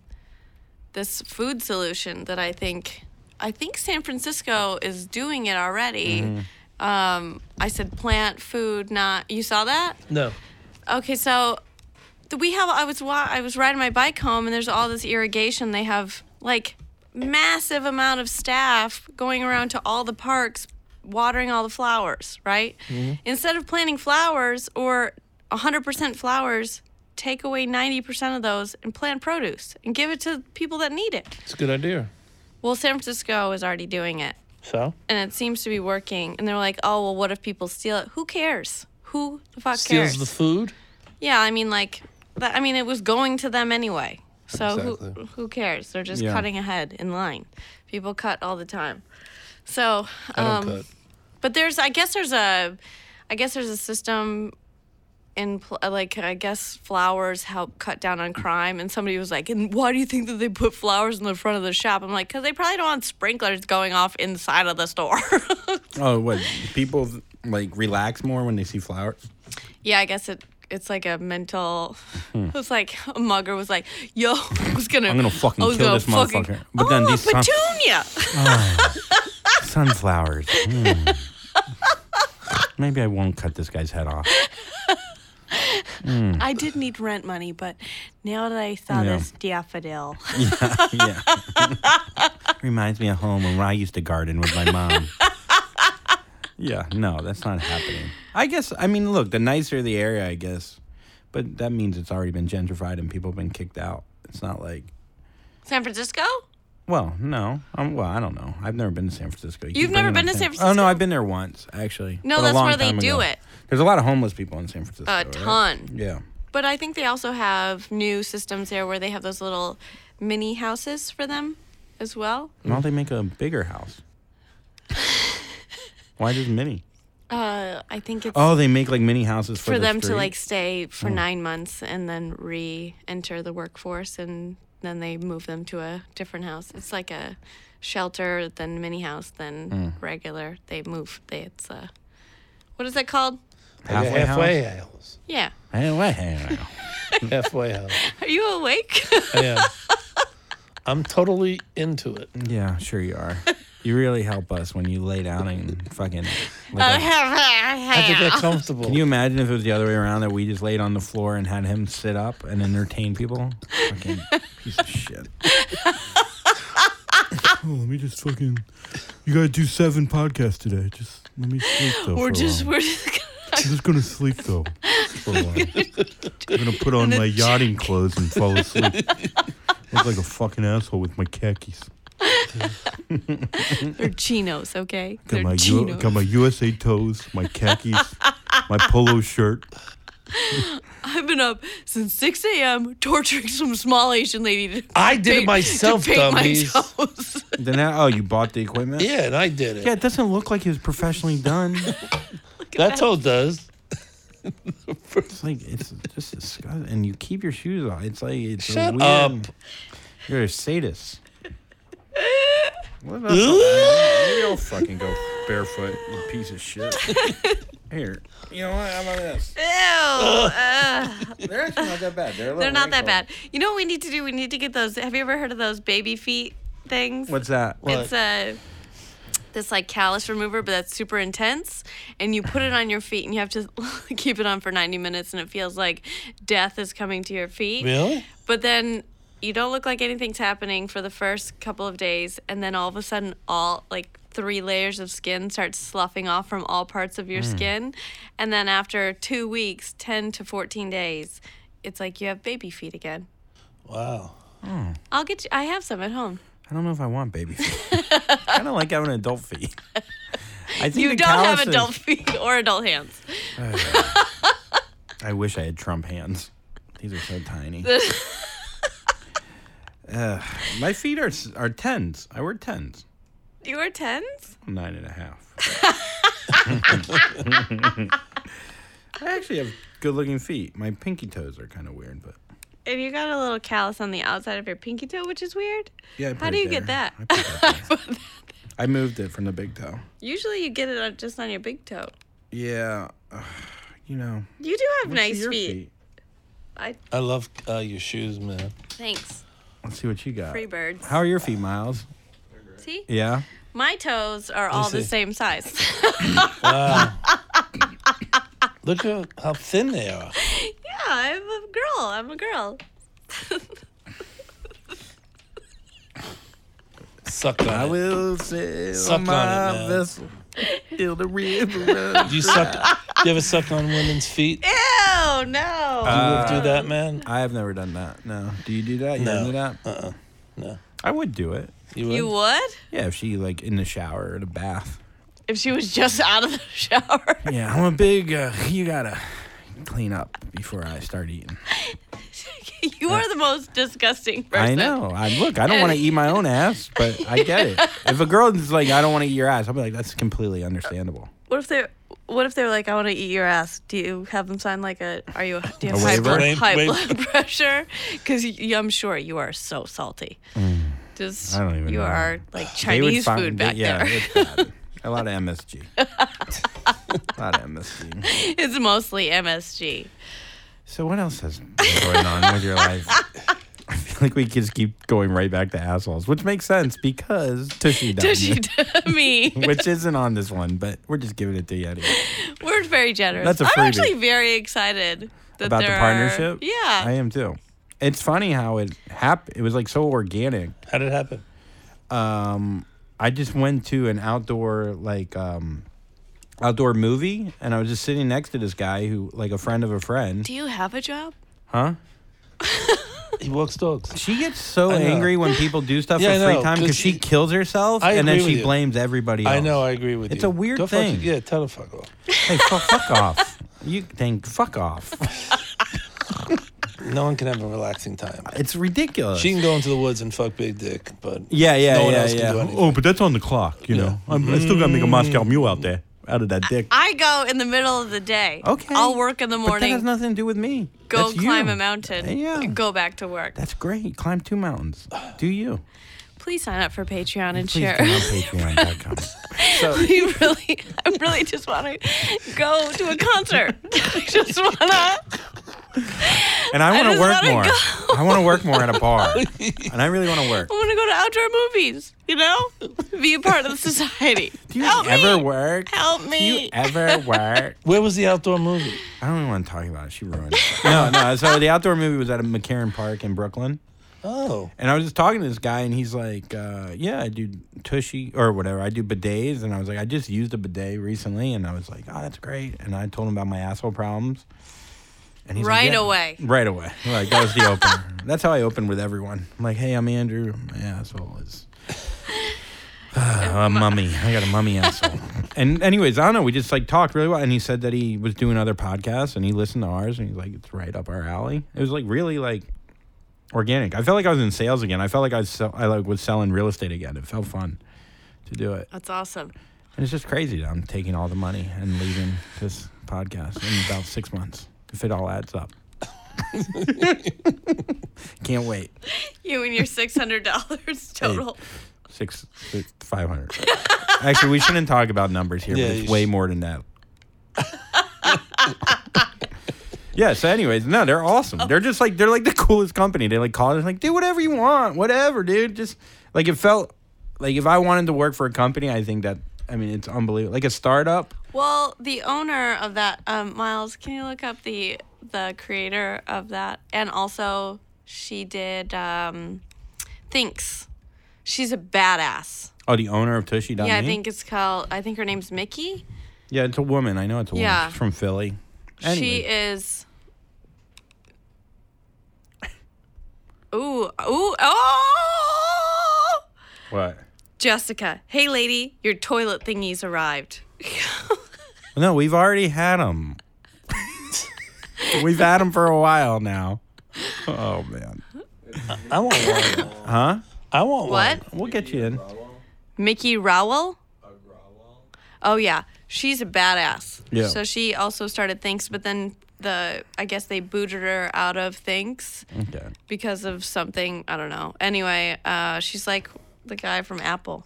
S4: this food solution that I think I think San Francisco is doing it already.
S5: Mm-hmm.
S4: Um, I said plant food, not you saw that?
S1: No.
S4: Okay, so th- we have. I was wa- I was riding my bike home, and there's all this irrigation. They have like massive amount of staff going around to all the parks, watering all the flowers. Right?
S1: Mm-hmm.
S4: Instead of planting flowers or 100% flowers, take away 90% of those and plant produce and give it to people that need it.
S1: It's a good idea.
S4: Well, San Francisco is already doing it
S1: So?
S4: and it seems to be working. And they're like, oh, well, what if people steal it? Who cares? Who the fuck
S1: Steals
S4: cares?
S1: the food?
S4: Yeah, I mean, like, that, I mean, it was going to them anyway. So who,
S1: Exactly.
S4: who cares? They're just
S5: Yeah.
S4: cutting ahead in line. People cut all the time. So,
S1: I
S4: um,
S1: don't cut.
S4: but there's, I guess there's a, I guess there's a system in pl- uh, like I guess flowers help cut down on crime. And somebody was like, "And why do you think that they put flowers in the front of the shop?" I'm like, "Cause they probably don't want sprinklers going off inside of the store."
S5: Oh, what? People like relax more when they see flowers.
S4: yeah, I guess it. It's like a mental. It's like a mugger was like, "Yo, I was gonna,
S5: Hmm. I'm gonna fucking
S4: I was
S5: kill
S4: gonna
S5: this
S4: fucking-
S5: motherfucker." But then
S4: oh,
S5: these-
S4: petunia.
S5: Sunflowers. Hmm. Maybe I won't cut this guy's head off.
S4: I did need rent money, but now that I saw
S5: Hmm. Yeah.
S4: this daffodil,
S5: yeah. Reminds me of home when I used to garden with my mom. yeah, no, that's not happening. I guess, I mean, look, the nicer the area, I guess, but that means it's already been gentrified and people have been kicked out. It's not like,
S4: San Francisco.
S5: well, no. Um, well, I don't know. I've never been to San Francisco. You keep
S4: You've never
S5: bringing
S4: been
S5: up
S4: to San
S5: Oh, no, I've been there once, actually.
S4: No,
S5: but a
S4: that's
S5: long
S4: where they
S5: time ago.
S4: do it.
S5: There's a lot of homeless people in San Francisco.
S4: A
S5: right?
S4: ton.
S5: Yeah.
S4: But I think they also have new systems there where they have those little mini houses for them as well.
S5: Why don't they make a bigger house? Why just mini?
S4: Uh, I think it's
S5: Oh, they make like mini houses for,
S4: for
S5: the
S4: them to
S5: street?
S4: like stay for nine months and then re enter the workforce and then they move them to a different house. It's like a shelter, then mini house, then regular. They move. They, it's a, what is that called?
S5: halfway,
S1: halfway
S5: house.
S1: house.
S4: Yeah.
S5: Halfway house.
S1: Halfway house.
S4: Are you awake?
S1: I am. I'm totally into it.
S5: Yeah, sure you are. You really help us when you lay down and fucking.
S4: I Uh,
S5: Like a-
S1: I
S4: have
S1: think that's comfortable.
S5: can you imagine if it was the other way around that we just laid on the floor and had him sit up and entertain people? Fucking piece of shit.
S7: Oh, let me just fucking. You gotta do seven podcasts today. Just let me sleep though.
S4: We're
S7: for
S4: just,
S7: A while.
S4: we're just,
S7: I'm just gonna sleep though. For a while. I'm gonna put on my yachting clothes and fall asleep. Look like a fucking asshole with my khakis.
S4: they're chinos, okay?
S7: Got
S4: They're
S7: my U-
S4: chinos.
S7: got my USA toes, my khakis, my polo shirt.
S4: I've been up since 6 a.m. torturing some small Asian lady. To
S1: I did it
S4: paint-
S1: myself,
S4: to paint
S1: dummies.
S4: My toes.
S5: Then that, oh, you bought the equipment?
S1: Yeah, and I did it.
S5: Yeah, it doesn't look like it was professionally done.
S1: that's how it does.
S5: It's like it's just disgusting. And you keep your shoes on. It's like it's a
S1: Shut
S5: weird.
S1: up.
S5: You're a sadist. What about Maybe I'll fucking go barefoot, you piece of shit. Here, you know what? How about this?
S4: Ew. uh,
S5: They're actually not that bad. They're, a little
S4: they're not that
S5: wrinkled.
S4: bad. You know what we need to do? We need to get those. Have you ever heard of those baby feet things?
S5: What's that?
S4: It's a. This like callus remover, but that's super intense, and you put it on your feet, and you have to keep it on for ninety minutes, and it feels like death is coming to your feet.
S1: Really?
S4: But then you don't look like anything's happening for the first couple of days, and then all of a sudden, all like three layers of skin starts sloughing off from all parts of your
S5: Mm.
S4: skin. And then after two weeks, 10 to 14 days, it's like you have baby feet again.
S1: Wow.
S4: I'll get you, I have some at home.
S5: I don't know if I want baby feet. I don't like having adult feet. I think
S4: You
S5: the
S4: don't have
S5: calluses-
S4: adult feet or adult hands.
S5: I wish I had Trump hands. These are so tiny. Ugh, my feet are s- are tens. I wear tens.
S4: You are tens?
S5: Nine and a half. I actually have good looking feet. My pinky toes are kind of weird, but
S4: And you got a little callus on the outside of your pinky toe, which is weird.
S5: yeah. I put
S4: How do
S5: it
S4: you get
S5: there.
S4: that?
S5: I, put that there. I moved it from the big toe.
S4: Usually you get it on, just on your big toe.
S5: Yeah, ugh, you know.
S4: You do have
S5: let's see
S4: nice
S5: your
S4: feet. I
S1: I love uh, your shoes, man.
S4: Thanks.
S5: Let's see what you got.
S4: Free birds.
S5: How are your feet, Miles?
S4: See?
S5: Yeah.
S4: My toes are all the
S1: see.
S4: same size.
S1: Look at how thin they are.
S4: yeah, I'm a girl. I'm a girl.
S1: Suck on
S5: I
S1: it.
S5: will sail
S1: Suck on it,
S5: my
S1: man.
S5: vessel till the river runs.
S1: Do you suck? Do you ever suck on women's feet? Do
S4: Ew, no.
S5: Uh,
S1: you ever do that, man?
S5: I have never done that. No. Do you do that? You
S1: No.
S5: do that?
S1: Uh-uh. No.
S5: I would do it.
S4: you would?
S5: Yeah, if she like in the shower or in a bath.
S4: If she was just out of the shower.
S5: Yeah, I'm a big. Uh, you gotta clean up before I start eating.
S4: you are the most disgusting person.
S5: I know. I look. I don't want to eat my own ass, but I get it. If a girl is like, I don't want to eat your ass, I'll be like, that's completely understandable.
S4: What if they what if they were like, I want to eat your ass? Do you have them sign like a, are you, do you have
S5: A
S4: high,
S5: waiver?
S4: blood,
S5: Wait,
S4: high
S3: wait.
S4: blood pressure? Because I'm sure you are so salty. Just,
S5: Mm. I don't even
S4: you
S5: know.
S4: are like
S5: They would
S4: Chinese
S5: find-
S4: food
S5: they-
S4: back
S5: yeah,
S4: there.
S5: it's bad. A lot of MSG. a lot of MSG.
S4: it's mostly MSG.
S5: So what else has been going on with your life? I feel like we could just keep going right back to assholes, which makes sense because Tushy done
S4: Does she
S5: it,
S4: to me?
S5: which isn't on this one, but we're just giving it to you anyway.
S4: We're very generous.
S5: That's a
S4: I'm
S5: freebie.
S4: actually very excited that
S5: About the
S4: there
S5: partnership?
S4: Are, yeah.
S5: I am too. It's funny how it happened. It was like so organic.
S1: How did it happen?
S5: um I just went to an outdoor like um outdoor movie and I was just sitting next to this guy who like a friend of a friend.
S4: Do you have a job?
S5: Huh?
S1: He walks dogs.
S5: She gets so
S1: I know.
S5: angry when people do stuff
S1: Yeah, I
S5: for free
S1: know,
S5: time
S1: 'cause
S5: because she
S1: she-
S5: kills herself
S1: I
S5: and then
S1: agree with
S5: she
S1: you.
S5: blames everybody else.
S1: I know. I agree with
S5: It's
S1: you.
S5: a weird
S1: Go fuck
S5: thing.
S1: you- yeah, tell the fuck off.
S5: Hey, fu- fuck off. You think fuck off.
S1: No one can have a relaxing time.
S5: It's ridiculous.
S1: She can go into the woods and fuck big dick, but
S5: yeah, yeah,
S1: no one
S5: yeah,
S1: else
S5: yeah.
S1: can do anything.
S7: Oh, but that's on the clock, you know. I'm, I still gotta make
S5: Mm.
S7: a Moscow mule out there, out of that dick.
S4: I go in the middle of the day.
S5: Okay.
S4: I'll work in the
S5: But that has
S4: morning.
S5: nothing to do with me.
S4: go
S5: That's you. Uh,
S4: climb a mountain.
S5: Yeah.
S4: Go back to work.
S5: That's great. Climb two mountains. Do you?
S4: Please sign up for Patreon and
S5: Please
S4: share.
S5: go on Patreon.com.
S4: We really, I really just want to go to a concert. I just want to.
S5: And I want to
S4: just
S5: work
S4: wanna
S5: more.
S4: go.
S5: I want to work more at a bar. and I really want to work.
S4: I want to go to outdoor movies. You know, be a part of the society.
S5: Do you
S4: Help
S5: ever
S4: me.
S5: work?
S4: Help
S5: Do you
S4: me.
S5: ever work?
S1: Where was the outdoor movie?
S5: I don't even want to talk about it. She ruined it. No, no. So the outdoor movie was at a McCarran Park in Brooklyn.
S1: Oh,
S5: And I was just talking to this guy, and he's like, uh, "Yeah, I do tushy or whatever. I do bidets." And I was like, "I just used a bidet recently," and I was like, "Oh, that's great." And I told him about my asshole problems. And he's like,
S4: Right
S5: "Yeah."
S4: away.
S5: right away. Like that was the opener. that's how I open with everyone. I'm like, "Hey, I'm Andrew. My asshole is." a Ah, mummy. I got a mummy asshole. and anyways, I don't know. We just like talked really well, and he said that he was doing other podcasts and he listened to ours, and he's like, "It's right up our alley." It was like really like organic. I felt like I was in sales again. I felt like I was sell- I like was selling real estate again. It felt fun to do it,
S4: That's awesome.
S5: and it's just crazy that I'm taking all the money and leaving this podcast in about six months if it all adds up. Can't wait.
S4: You and your six hundred dollars total.
S5: Six, six five hundred. Actually, we shouldn't talk about numbers here,
S1: Yeah,
S5: but
S1: you
S5: it's
S1: sh-
S5: way more than that. yeah. So, anyways, no, they're awesome.
S1: Oh.
S5: They're just like they're like the coolest company. They like call us like do whatever you want, whatever, dude. Just like it felt like if I wanted to work for a company, I think that I mean it's unbelievable. Like a startup.
S4: Well, the owner of that, um, Miles, can you look up the the creator of that? And also, she did um, Thinks. She's a badass.
S5: Oh, the owner of Tushy.
S4: yeah, I think it's called. I think her name's Mickey.
S5: Yeah, it's a woman. I know it's a woman.
S4: Yeah.
S5: She's from Philly.
S4: She
S5: Anyway,
S4: is. Ooh, ooh, oh!
S5: what?
S4: Jessica, hey lady, your toilet thingies arrived.
S5: No, we've already had them. we've had them for a while now. Oh man,
S1: I want one.
S5: huh?
S1: I want
S4: What?
S1: one.
S5: We'll get you in.
S4: Mickey Rowell. Oh yeah, she's a badass.
S5: Yeah.
S4: So she also started Thinks, but then the I guess they booted her out of Thinks
S5: Okay.
S4: because of something I don't know. Anyway, uh, she's like the guy from Apple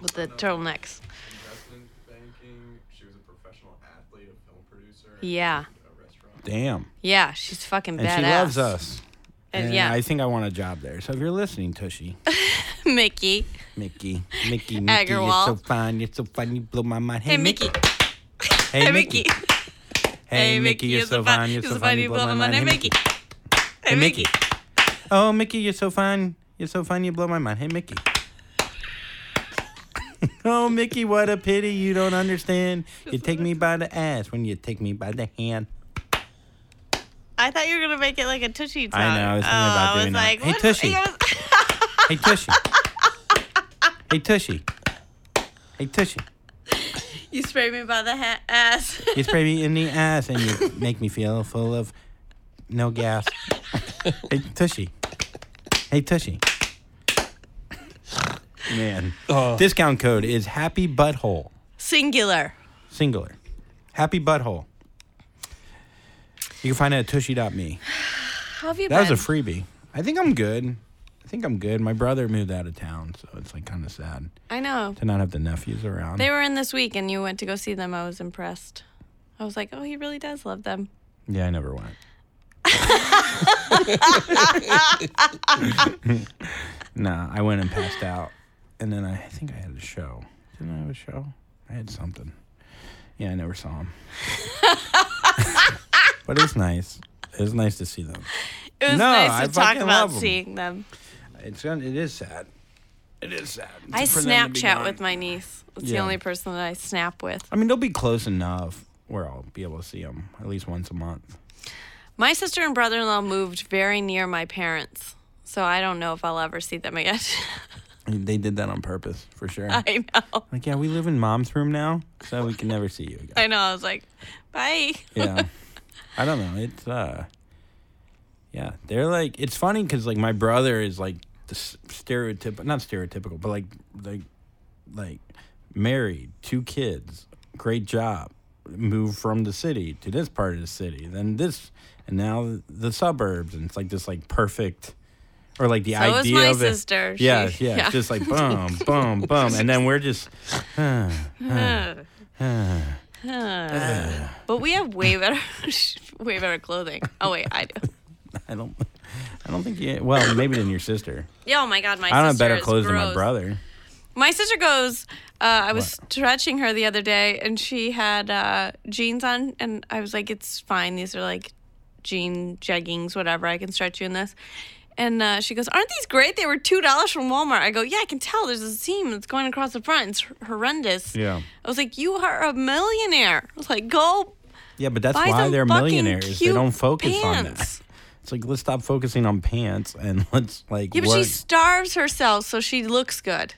S4: with the turtlenecks.
S8: investment banking. She was a professional athlete, a film producer,
S4: Yeah,
S8: a restaurant.
S5: Damn.
S4: yeah, she's fucking
S5: And
S4: badass.
S5: she loves us.
S4: And
S5: And
S4: yeah,
S5: I think I want a job there. So if you're listening, Tushy,
S4: Mickey.
S5: Mickey, Mickey, Mickey, you're so
S4: Agarwal.
S5: fine. You're so fun. You blow my mind.
S4: Hey Mickey.
S5: Hey,
S4: Hey
S5: Mickey.
S4: Mickey.
S5: Hey, Mickey, you're so fine. You're so fine. You blow my mind. Hey, Mickey. Hey, Mickey. Oh, Mickey, you're so fine. You're so fine. You blow my mind. Hey, Mickey. oh, Mickey, what a pity you don't understand. You take me by the ass when you take me by the hand.
S4: I thought you were gonna make it like a Tushy song.
S5: I know, I was thinking about
S4: oh,
S5: doing that.
S4: I was like,
S5: Hey,
S4: what-
S5: Tushy.
S4: I was-
S5: Hey, Tushy. hey, Tushy. Hey, Tushy.
S4: You spray me by the ha- ass.
S5: You spray me in the ass and you make me feel full of no gas. hey, Tushy. Hey, Tushy. Man.
S1: Oh.
S5: Oh. Discount code is happy butthole,
S4: Singular.
S5: singular. Happy Butthole. You can find it at tushy.me.
S4: How have you
S5: That was
S4: been?
S5: a freebie. I think I'm good. I think I'm good. My brother moved out of town, so it's like kind of sad
S4: I know.
S5: to not have the nephews around.
S4: They were in this week and you went to go see them. I was impressed. I was like, oh, he really does love them.
S5: yeah, I never went. nah, I went and passed out, and then I think I had a show. Didn't I have a show? I had something. Yeah, I never saw him. but it was nice. It was nice to see them.
S4: It was
S5: No,
S4: nice
S5: I
S4: to talk
S5: fucking
S4: about
S5: love 'em.
S4: seeing them.
S5: It's it is sad. It is sad.
S4: I
S5: for them to be
S4: Snapchat
S5: gone.
S4: with my niece. It's the
S5: Yeah.
S4: only person that I snap with.
S5: I mean, they'll be close enough where I'll be able to see them at least once a month.
S4: My sister and brother in law moved very near my parents. So I don't know if I'll ever see them again.
S5: I mean, they did that on purpose for sure.
S4: I know.
S5: like, yeah, we live in mom's room now, so we can never see you again.
S4: I know. I was like, bye.
S5: yeah, I don't know. It's uh, yeah, they're like it's funny because like my brother is like the stereotypical, not stereotypical, but like like like married, two kids, great job, moved from the city to this part of the city, then this, and now the suburbs, and it's like this like perfect. Or like the
S4: So
S5: idea
S4: was my
S5: of it.
S4: sister. She-
S5: yeah, yeah,
S4: yeah.
S5: It's just like boom, boom, boom, and then we're just
S4: But we have way better, way better clothing. Oh, wait, I do.
S5: I don't, I don't think you. Well, maybe than your sister.
S4: Yeah, oh my God, my
S5: I don't have
S4: sister
S5: better
S4: is
S5: clothes than my
S4: gross.
S5: brother.
S4: My sister goes. Uh, I was stretching her the other day, and she had uh, jeans on, and I was like, "It's fine. These are like jean jeggings, whatever. I can stretch you in this." And uh, she goes, "Aren't these great? They were two dollars from Walmart." I go, "Yeah, I can tell. There's a seam that's going across the front. It's horrendous."
S5: Yeah.
S4: I was like, "You are a millionaire." I was like, "Go
S5: Yeah, but that's
S4: buy
S5: why
S4: some
S5: they're
S4: fucking
S5: millionaires. They
S4: cute
S5: don't focus on that.
S4: pants."
S5: It's like let's stop focusing on pants and let's like
S4: Yeah, but she
S5: work.
S4: starves herself so she looks good.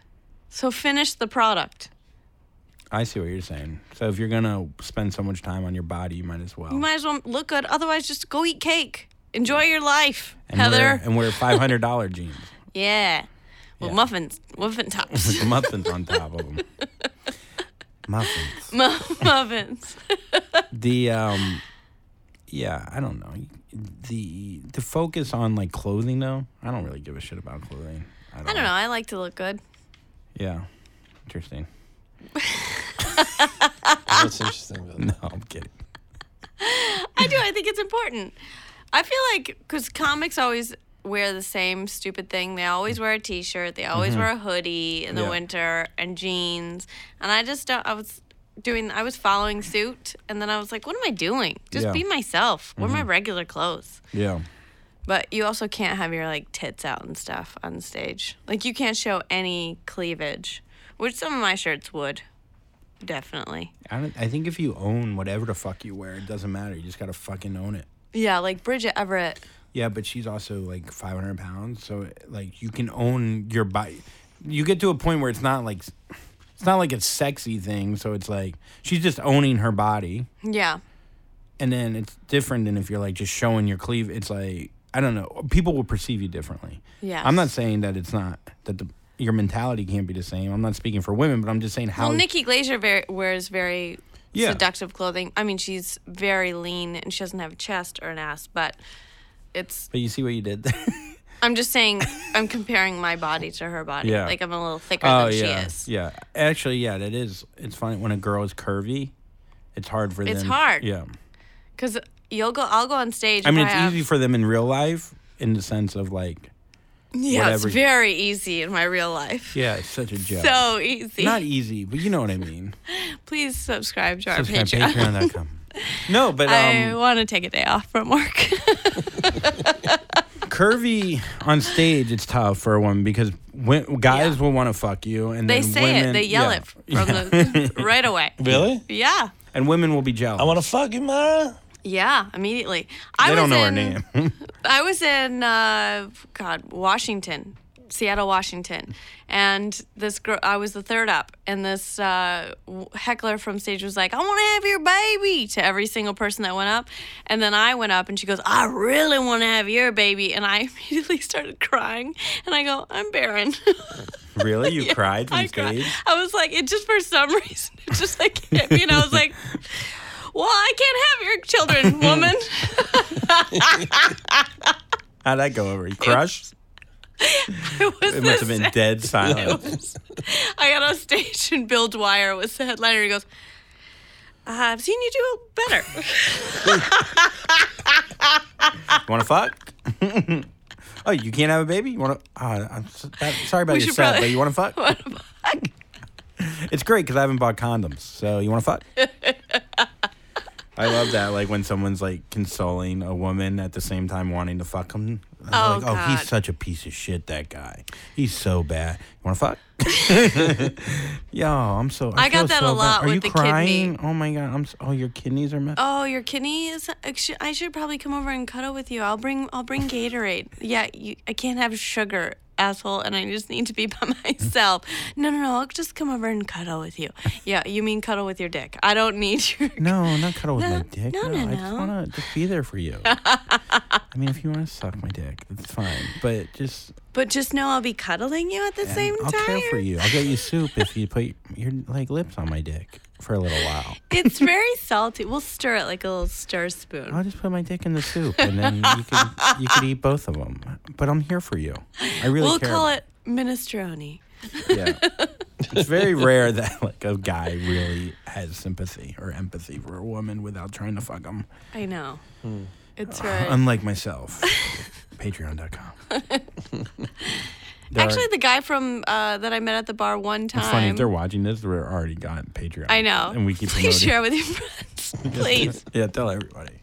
S4: So finish the product.
S5: I see what you're saying. So if you're gonna spend so much time on your body, you might as well.
S4: You might as well look good. Otherwise, just go eat cake. Enjoy your life,
S5: and
S4: Heather.
S5: wear, and wear five hundred dollar jeans
S4: yeah. Well,
S5: Yeah.
S4: muffins, muffin tops,
S5: with muffins on top of them. Muffins.
S4: muffins.
S5: the um yeah i don't know the the focus on like clothing though i don't really give a shit about clothing
S4: I don't know. I like to look good.
S5: yeah interesting
S1: That's interesting. About
S5: no i'm kidding
S4: I do. I think it's important. I feel like because comics always wear the same stupid thing. They always wear a T-shirt. They always wear a hoodie in the
S5: Mm-hmm. Yeah.
S4: winter and jeans. And I just don't. I was doing. I was following suit, and then I was like, "What am I doing? Just
S5: Yeah. Mm-hmm.
S4: be myself. Wear my regular clothes."
S5: yeah
S4: But you also can't have your like tits out and stuff on stage. Like you can't show any cleavage, which some of my shirts would, definitely.
S5: I, don't, I think if you own whatever the fuck you wear it doesn't matter you just gotta fucking own it
S4: Yeah, like Bridget Everett.
S5: yeah but she's also like 500 pounds so like you can own your body you get to a point where it's not like it's not like a sexy thing so it's like she's just owning her body
S4: Yeah.
S5: and then it's different than if you're like just showing your cleave. It's like I don't know. People will perceive you differently.
S4: Yes.
S5: I'm not saying that it's not that the your mentality can't be the same. I'm not speaking for women, but I'm just saying how.
S4: Well, Nikki Glaser very, wears very
S5: Yeah.
S4: seductive clothing. I mean, she's very lean and she doesn't have a chest or an ass, but it's.
S5: but you see what you did. there?
S4: I'm just saying, I'm comparing my body to her body.
S5: Yeah.
S4: Like I'm a little thicker
S5: oh
S4: than
S5: yeah,
S4: she is.
S5: yeah. Actually, yeah, that is. It's funny when a girl is curvy. It's hard for them.
S4: It's hard.
S5: Yeah.
S4: Because you'll go, I'll go on stage.
S5: I mean,
S4: if
S5: it's
S4: have-
S5: easy for them in real life in the sense of like.
S4: Yeah,
S5: whatever.
S4: it's very easy in my real life.
S5: Yeah, it's such a joke.
S4: So easy.
S5: Not easy, but you know what I mean.
S4: Please subscribe to our
S5: Subscribe
S4: Patreon.
S5: Patreon.com. No, but um,
S4: I want to take a day off from work.
S5: curvy on stage it's tough for a woman because when, guys will want to fuck you and
S4: they
S5: then
S4: say
S5: women,
S4: it. They yell
S5: yeah.
S4: it from the right away.
S1: it. Really?
S4: Yeah.
S5: and women will be jealous
S1: I want to fuck you, Mara.
S4: Yeah, immediately. I
S5: they don't
S4: was
S5: know
S4: in-
S5: her name
S4: I was in uh, God, Washington, Seattle, Washington, and this girl. I was the third up, and this uh, w- heckler from stage was like, "I want to have your baby" to every single person that went up, and then I went up, and she goes, "I really want to have your baby," and I immediately started crying, and I go, "I'm barren."
S5: really you cried from
S4: I, cried.
S5: stage
S4: I was like, it just for some reason, it just like hit me, and I was like, Well, I can't have your children, woman.
S5: How'd that go over? You crushed?
S4: it was
S5: It must have
S4: the
S5: been dead silent.
S4: I got on stage and Bill Dwyer was the headliner. He goes, I've seen you do better.
S5: Want to fuck? oh, you can't have a baby. You want to? Uh, I'm s- that- sorry about
S4: We
S5: your
S4: should
S5: son,
S4: probably-
S5: but you want to fuck?
S4: What about-
S5: It's great because I haven't bought condoms. So you want to fuck? I love that. Like when someone's like consoling a woman at the same time wanting to fuck him. I'm
S4: Oh,
S5: like, oh,
S4: God.
S5: he's such a piece of shit. That guy. He's so bad. You want to fuck? Yo, I'm so. I,
S4: I got
S5: feel
S4: that
S5: so
S4: a
S5: bad.
S4: lot
S5: Are
S4: with
S5: you
S4: the kidney.
S5: crying? Oh my god. I'm. So, oh, your kidneys are messed.
S4: oh, your kidney is. I should, I should probably come over and cuddle with you. I'll bring. I'll bring Gatorade. Yeah, you, I can't have sugar, asshole, and I just need to be by myself. No, no, no. I'll just come over and cuddle with you. Yeah, you mean cuddle with your dick? I don't need your.
S5: No, not cuddle with my
S4: No,
S5: dick.
S4: no,
S5: No,
S4: no,
S5: I just
S4: no.
S5: want to just be there for you. I mean, if you want to suck my dick, that's fine. But just
S4: But just know I'll be cuddling you at the same
S5: I'll
S4: time.
S5: care for you. I'll get you soup if you put your like lips on my dick for a little while.
S4: It's very salty. We'll stir it like a little stir spoon.
S5: I'll just put my dick in the soup, and then you could you could eat both of them. But I'm here for you. I really
S4: we'll
S5: care.
S4: call it minestrone.
S5: Yeah. It's very rare that like a guy really has sympathy or empathy for a woman without trying to fuck them.
S4: I know.
S5: Hmm. Uh,
S4: It's right.
S5: Unlike myself. Patreon.com. There are-
S4: Actually, the guy from uh, that I met at the bar one time.
S5: It's funny if they're watching this, we're already on Patreon.
S4: I know.
S5: and we keep
S4: Please
S5: promoting.
S4: share with your friends. Please,
S5: yeah, tell everybody.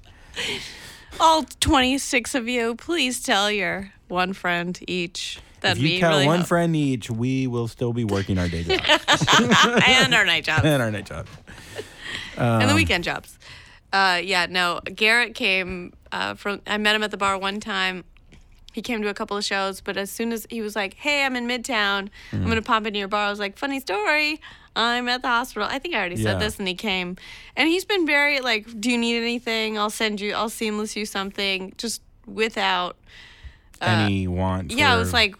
S4: all 26 of you. Please tell your one friend each. That'd
S5: if you
S4: be
S5: tell
S4: really
S5: one
S4: helpful.
S5: friend each, we will still be working our day jobs
S4: and our night jobs
S5: and our night jobs.
S4: and the
S5: Um,
S4: weekend jobs. Uh, yeah, no. Garrett came uh, from. I met him at the bar one time. He came to a couple of shows, but as soon as he was like, "Hey, I'm in Midtown.
S5: Mm-hmm.
S4: I'm gonna pop into your bar," I was like, "Funny story. I'm at the hospital. I think I already
S5: Yeah.
S4: said this." And he came, and he's been very like, "Do you need anything? I'll send you. I'll seamless you something." Just without.
S5: Any want?
S4: Uh, Yeah, I was
S5: for-
S4: like,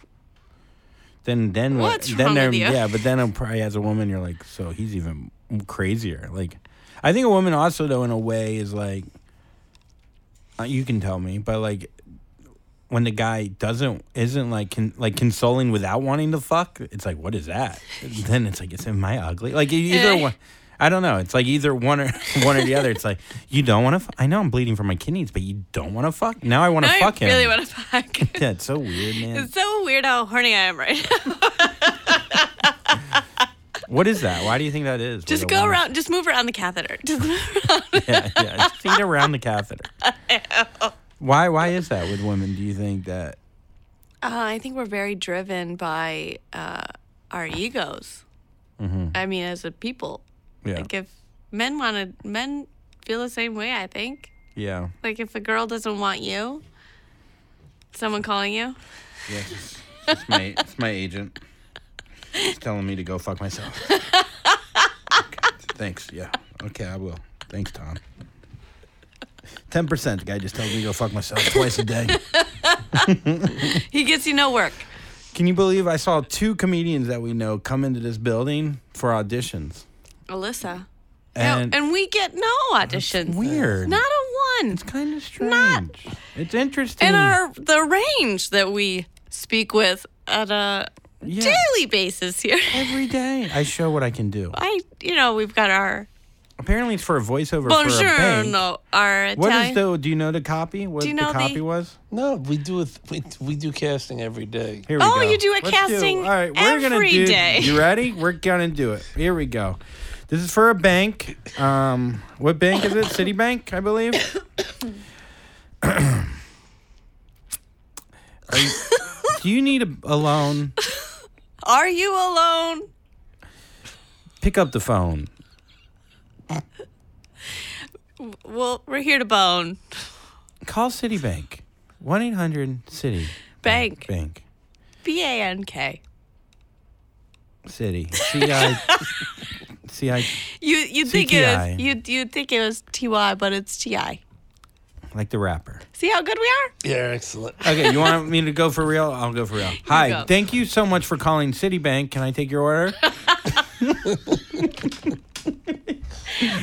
S5: then then what-
S4: what's
S5: then
S4: wrong
S5: there-
S4: with you?
S5: yeah, but then I'm probably as a woman, you're like, so he's even crazier. Like, I think a woman also though in a way is like, uh, you can tell me, but like. When the guy doesn't isn't like con, like consoling without wanting to fuck, it's like what is that? then it's like it's am I ugly? Like e, either
S4: Eh.
S5: one, I don't know. It's like either one or one or the other. It's like you don't want to. I know I'm bleeding from my kidneys, but you don't want to fuck. Now I want to
S4: "I
S5: fuck him.
S4: really want to fuck."
S5: yeah, it's so weird, man.
S4: it's so weird how horny I am right now.
S5: What is that? Why do you think that is?
S4: Just
S5: Like a
S4: go
S5: woman-
S4: around. Just move around the catheter. Just move around.
S5: Yeah, yeah. Just feet around the catheter. Why? Why is that with women? Do you think that?
S4: Uh, I think we're very driven by uh, our egos.
S5: Mm-hmm.
S4: I mean, as a people,
S5: Yeah.
S4: like if men wanted, men feel the same way. I think.
S5: Yeah.
S4: Like if a girl doesn't want you, someone calling you.
S5: Yes. It's my. It's my agent. He's telling me to go fuck myself. Thanks. Yeah. Okay, I will. Thanks, Tom. Ten percent. The guy just tells me to go fuck myself twice a day.
S4: He gets you no work.
S5: Can you believe I saw two comedians that we know come into this building for auditions?
S4: Alyssa. No,
S5: And,
S4: and we get no auditions.
S5: weird.
S4: Not a one.
S5: it's kind of strange. It's interesting.
S4: And our the range that we speak with at a
S5: Yeah.
S4: daily basis here.
S5: Every day, I show what I can do.
S4: I, you know, we've got our
S5: Apparently, it's for a voiceover for a bank.
S4: Buongiorno, our
S5: What
S4: Italian.
S5: is the? Do you know the copy? What
S4: Do you know
S5: the
S4: the-
S5: copy was?
S1: No, we do it. We, we do casting every day.
S5: Here we
S4: Oh,
S5: go.
S4: you do a
S5: Let's
S4: casting
S5: All right, we're gonna
S4: every
S5: do.
S4: day.
S5: You ready? We're gonna do it. Here we go. This is for a bank. Um, what bank is it? Citibank, I believe. Are you, do you need a, a loan?
S4: Are you alone?
S5: Pick up the phone.
S4: Well, we're here to bone.
S5: Call Citibank. One eight hundred City
S4: Bank.
S5: Bank.
S4: B A N K.
S5: City. C I. C I.
S4: You you think it
S5: CTI.
S4: is you you think it was T Y, but it's T I.
S5: Like the rapper.
S4: See how good we are?
S1: Yeah, excellent.
S5: Okay, you want me to go for real? I'll go for real. Hi,
S4: go.
S5: thank you so much for calling Citibank. Can I take your order?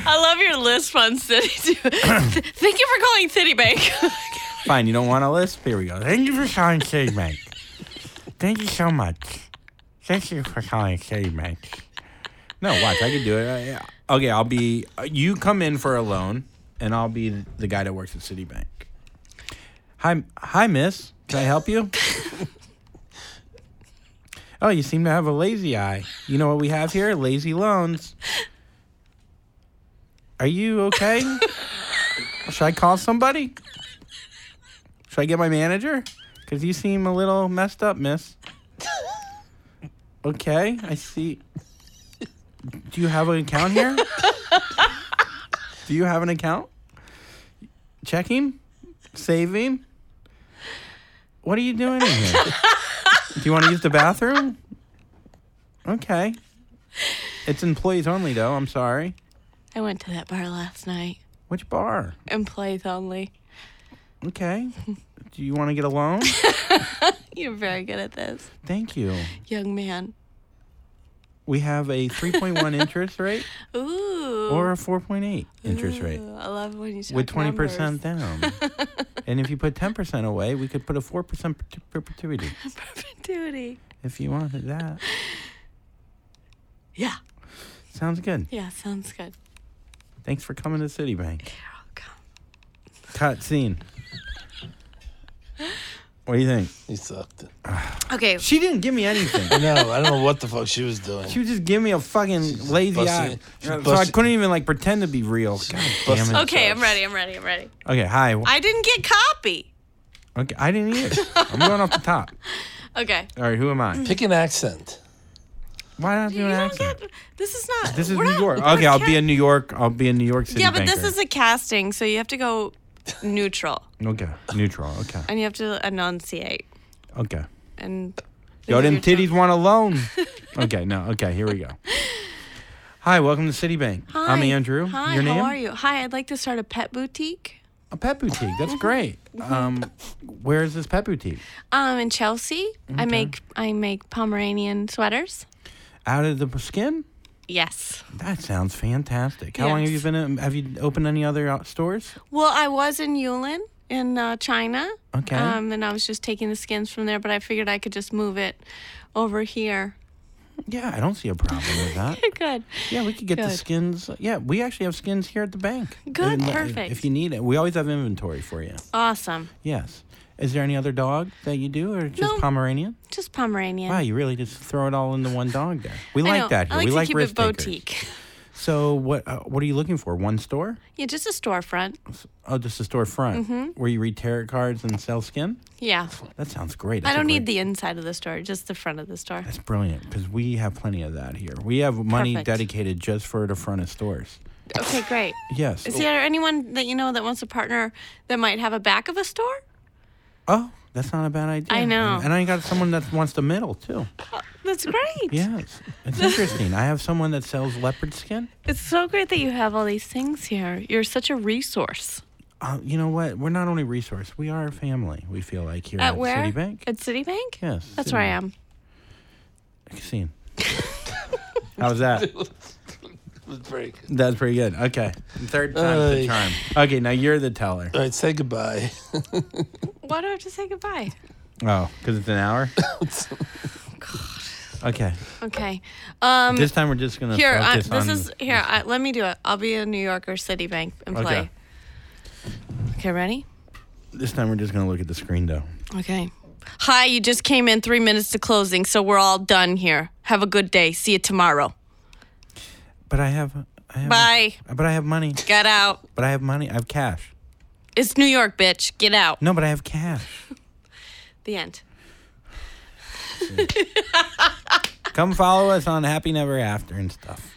S4: I love your list on City. too. Th- Thank you for calling Citibank.
S5: Fine, you don't want a list? Here we go. Thank you for calling City Bank. Thank you so much. Thank you for calling City Bank. No, watch, I can do it. I- yeah. Okay, I'll be. uh, You come in for a loan, and I'll be the guy that works at Citibank. Hi, hi, Miss. Can I help you? oh, you seem to have a lazy eye. You know what we have here? Lazy loans. Are you okay? Should I call somebody? Should I get my manager? Because you seem a little messed up, miss. okay, I see. Do you have an account here? Do you have an account? Checking? Saving? What are you doing in here? Do you want to use the bathroom? Okay. It's employees only, though. I'm sorry.
S4: I went to that bar last night.
S5: Which bar?
S4: Employees only.
S5: Okay. Do you want to get a loan?
S4: You're very good at this,
S5: Thank you.
S4: young man.
S5: We have a 3.1 interest rate.
S4: Ooh.
S5: or a 4.8 interest rate
S4: Ooh, I love when you
S5: with
S4: talk
S5: 20%
S4: numbers.
S5: down. and if you put 10% away, we could put a 4% per- perpetuity
S4: Perpetuity.
S5: if you wanted that.
S4: Yeah.
S5: Sounds good.
S4: Yeah. Sounds good.
S5: Thanks for coming to Citibank.
S4: Carol, come.
S5: Cut scene. What do you think?
S1: He sucked it.
S4: Okay.
S5: She didn't give me anything.
S1: No, I don't know what the fuck she was doing.
S5: She would just give me a fucking lazy eye.
S1: busted- she
S5: So I
S1: busted-
S5: couldn't even like pretend to be real. God damn it.
S4: Okay. I'm ready. I'm ready. I'm ready.
S5: Okay, hi.
S4: I didn't get copy.
S5: Okay, I didn't either. I'm going off the top.
S4: Okay.
S5: All right, who am I?
S1: Pick an accent.
S5: Why not do
S4: You
S5: an
S4: don't
S5: accent?
S4: get. This is not.
S5: This is
S4: we're
S5: New
S4: not-
S5: York.
S4: we're
S5: Okay, I'll be
S4: ca-
S5: in New York. I'll be in New York City.
S4: Yeah, but this
S5: banker.
S4: is a casting, so you have to go neutral
S5: okay neutral. Okay,
S4: and you have to enunciate
S5: okay.
S4: and.
S5: Yo, them
S4: Neutral.
S5: titties want a loan. okay, no. Okay, here we go. Hi, welcome to Citibank.
S4: Hi.
S5: I'm Andrew.
S4: Hi.
S5: Your name?
S4: How are you? Hi. I'd like to start a pet boutique.
S5: A pet boutique.
S4: Mm-hmm.
S5: That's great. Um, where is this pet boutique?
S4: Um, in Chelsea, I make I make Pomeranian sweaters.
S5: Out of the skin.
S4: Yes.
S5: That sounds fantastic. How long have you
S4: Yes.
S5: been? In, have you opened any other uh, stores?
S4: Well, I was in Yulin in uh, China.
S5: Okay.
S4: Um, and I was just taking the skins from there, but I figured I could just move it over here.
S5: Yeah, I don't see a problem with that.
S4: Good.
S5: Yeah, we could get the
S4: Good.
S5: skins. Yeah, we actually have skins here at the bank.
S4: Good,
S5: If- if-
S4: perfect.
S5: If you need it, we always have inventory for you.
S4: Awesome.
S5: Yes. Is there any other dog that you do, or just
S4: No.
S5: Pomeranian?
S4: Just Pomeranian.
S5: Wow, you really just throw it all into one dog there. We
S4: I
S5: like
S4: know.
S5: that here.
S4: I like
S5: we
S4: to
S5: like
S4: keep
S5: risk
S4: it
S5: takers.
S4: boutique.
S5: So what? Uh, what are you looking for? One store?
S4: Yeah, just a storefront.
S5: Oh, just a storefront
S4: Mm-hmm.
S5: where you read tarot cards and sell skin.
S4: Yeah.
S5: That sounds great.
S4: I
S5: That's a
S4: don't need
S5: great-
S4: the inside of the store, just the front of the store.
S5: That's brilliant because we have plenty of that here. We have money
S4: Perfect.
S5: dedicated just for the front of stores.
S4: Okay, great.
S5: Yes.
S4: Is there anyone that you know that wants a partner that might have a back of a store?
S5: Oh, that's not a bad idea.
S4: I know.
S5: And I got someone that wants the middle too.
S4: That's
S5: Mm,
S4: great.
S5: Yes, it's interesting. I have someone that sells leopard skin.
S4: It's so great that you have all these things here. You're such a resource.
S5: Uh, you know what? We're not only resource. We are a family. We feel like here
S4: At where?
S5: Citibank.
S4: At Citibank?
S5: Yes,
S4: That's where I
S5: Citibank.
S4: am.
S5: Scene. How's that?
S1: It was very good.
S5: That's pretty good. Okay. Third time's
S1: Aye.
S5: the charm. Okay, now you're the teller.
S1: All right, say goodbye.
S4: Why do I have to say goodbye?
S5: Oh, because it's an hour? Okay.
S4: Okay. Um,
S5: This time we're just going to
S4: here, I,
S5: focus
S4: this
S5: on-
S4: is here. I, let me do it. I'll be a New Yorker Citibank and play.
S5: Okay.
S4: Okay, ready?
S5: This time we're just going to look at the screen, though.
S4: Okay. Hi, you just came in three minutes to closing, so we're all done here. Have a good day. See you tomorrow.
S5: But I have... I have
S4: Bye.
S5: But I have money.
S4: Get out.
S5: But I have money. I have cash.
S4: It's New York, bitch. Get out.
S5: No, but I have cash.
S4: The end.
S5: Come follow us on Happy Never After and stuff.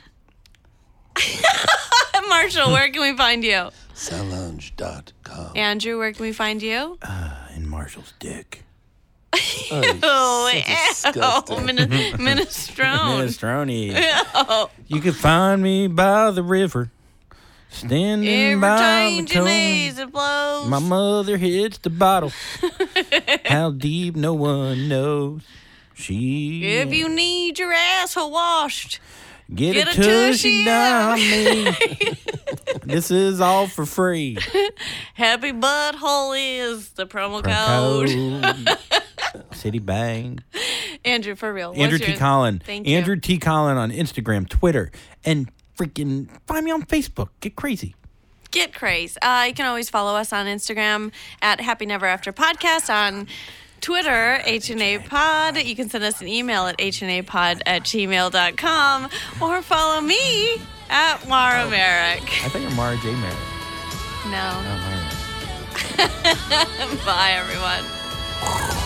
S4: Marshall, where can we find you?
S1: Soundlounge.com.
S4: Andrew, where can we find you?
S5: And Marshall's dick.
S1: Oh, you're
S4: Oh,
S1: so
S4: oh
S1: disgusting.
S4: min- minestrone.
S5: Minestrone. You can find me by the river, standing
S4: Every
S5: by
S4: time
S5: the
S4: your
S5: coast.
S4: knees it blows.
S5: My mother hits the bottle. How deep, no one knows. She.
S4: If you need your asshole washed,
S5: Get,
S4: Get
S5: a,
S4: a
S5: tushy
S4: tushy
S5: dummy. this is all for free.
S4: Happy Butthole is the promo, code.
S5: Citibank.
S4: Andrew, for real. what's
S5: Andrew T.
S4: yours?
S5: Collin.
S4: Thank you.
S5: Andrew T. Collin on Instagram, Twitter, and freaking find me on Facebook. Get crazy.
S4: Get crazy. Uh, you can always follow us on Instagram at Happy Never After Podcast on Twitter, HNA Pod. You can send us an email at HNAPod at gmail.com or follow me at Mara Merrick.
S5: I think I'm Mara J. Merritt.
S4: No.
S5: Oh, my.
S4: Bye, everyone.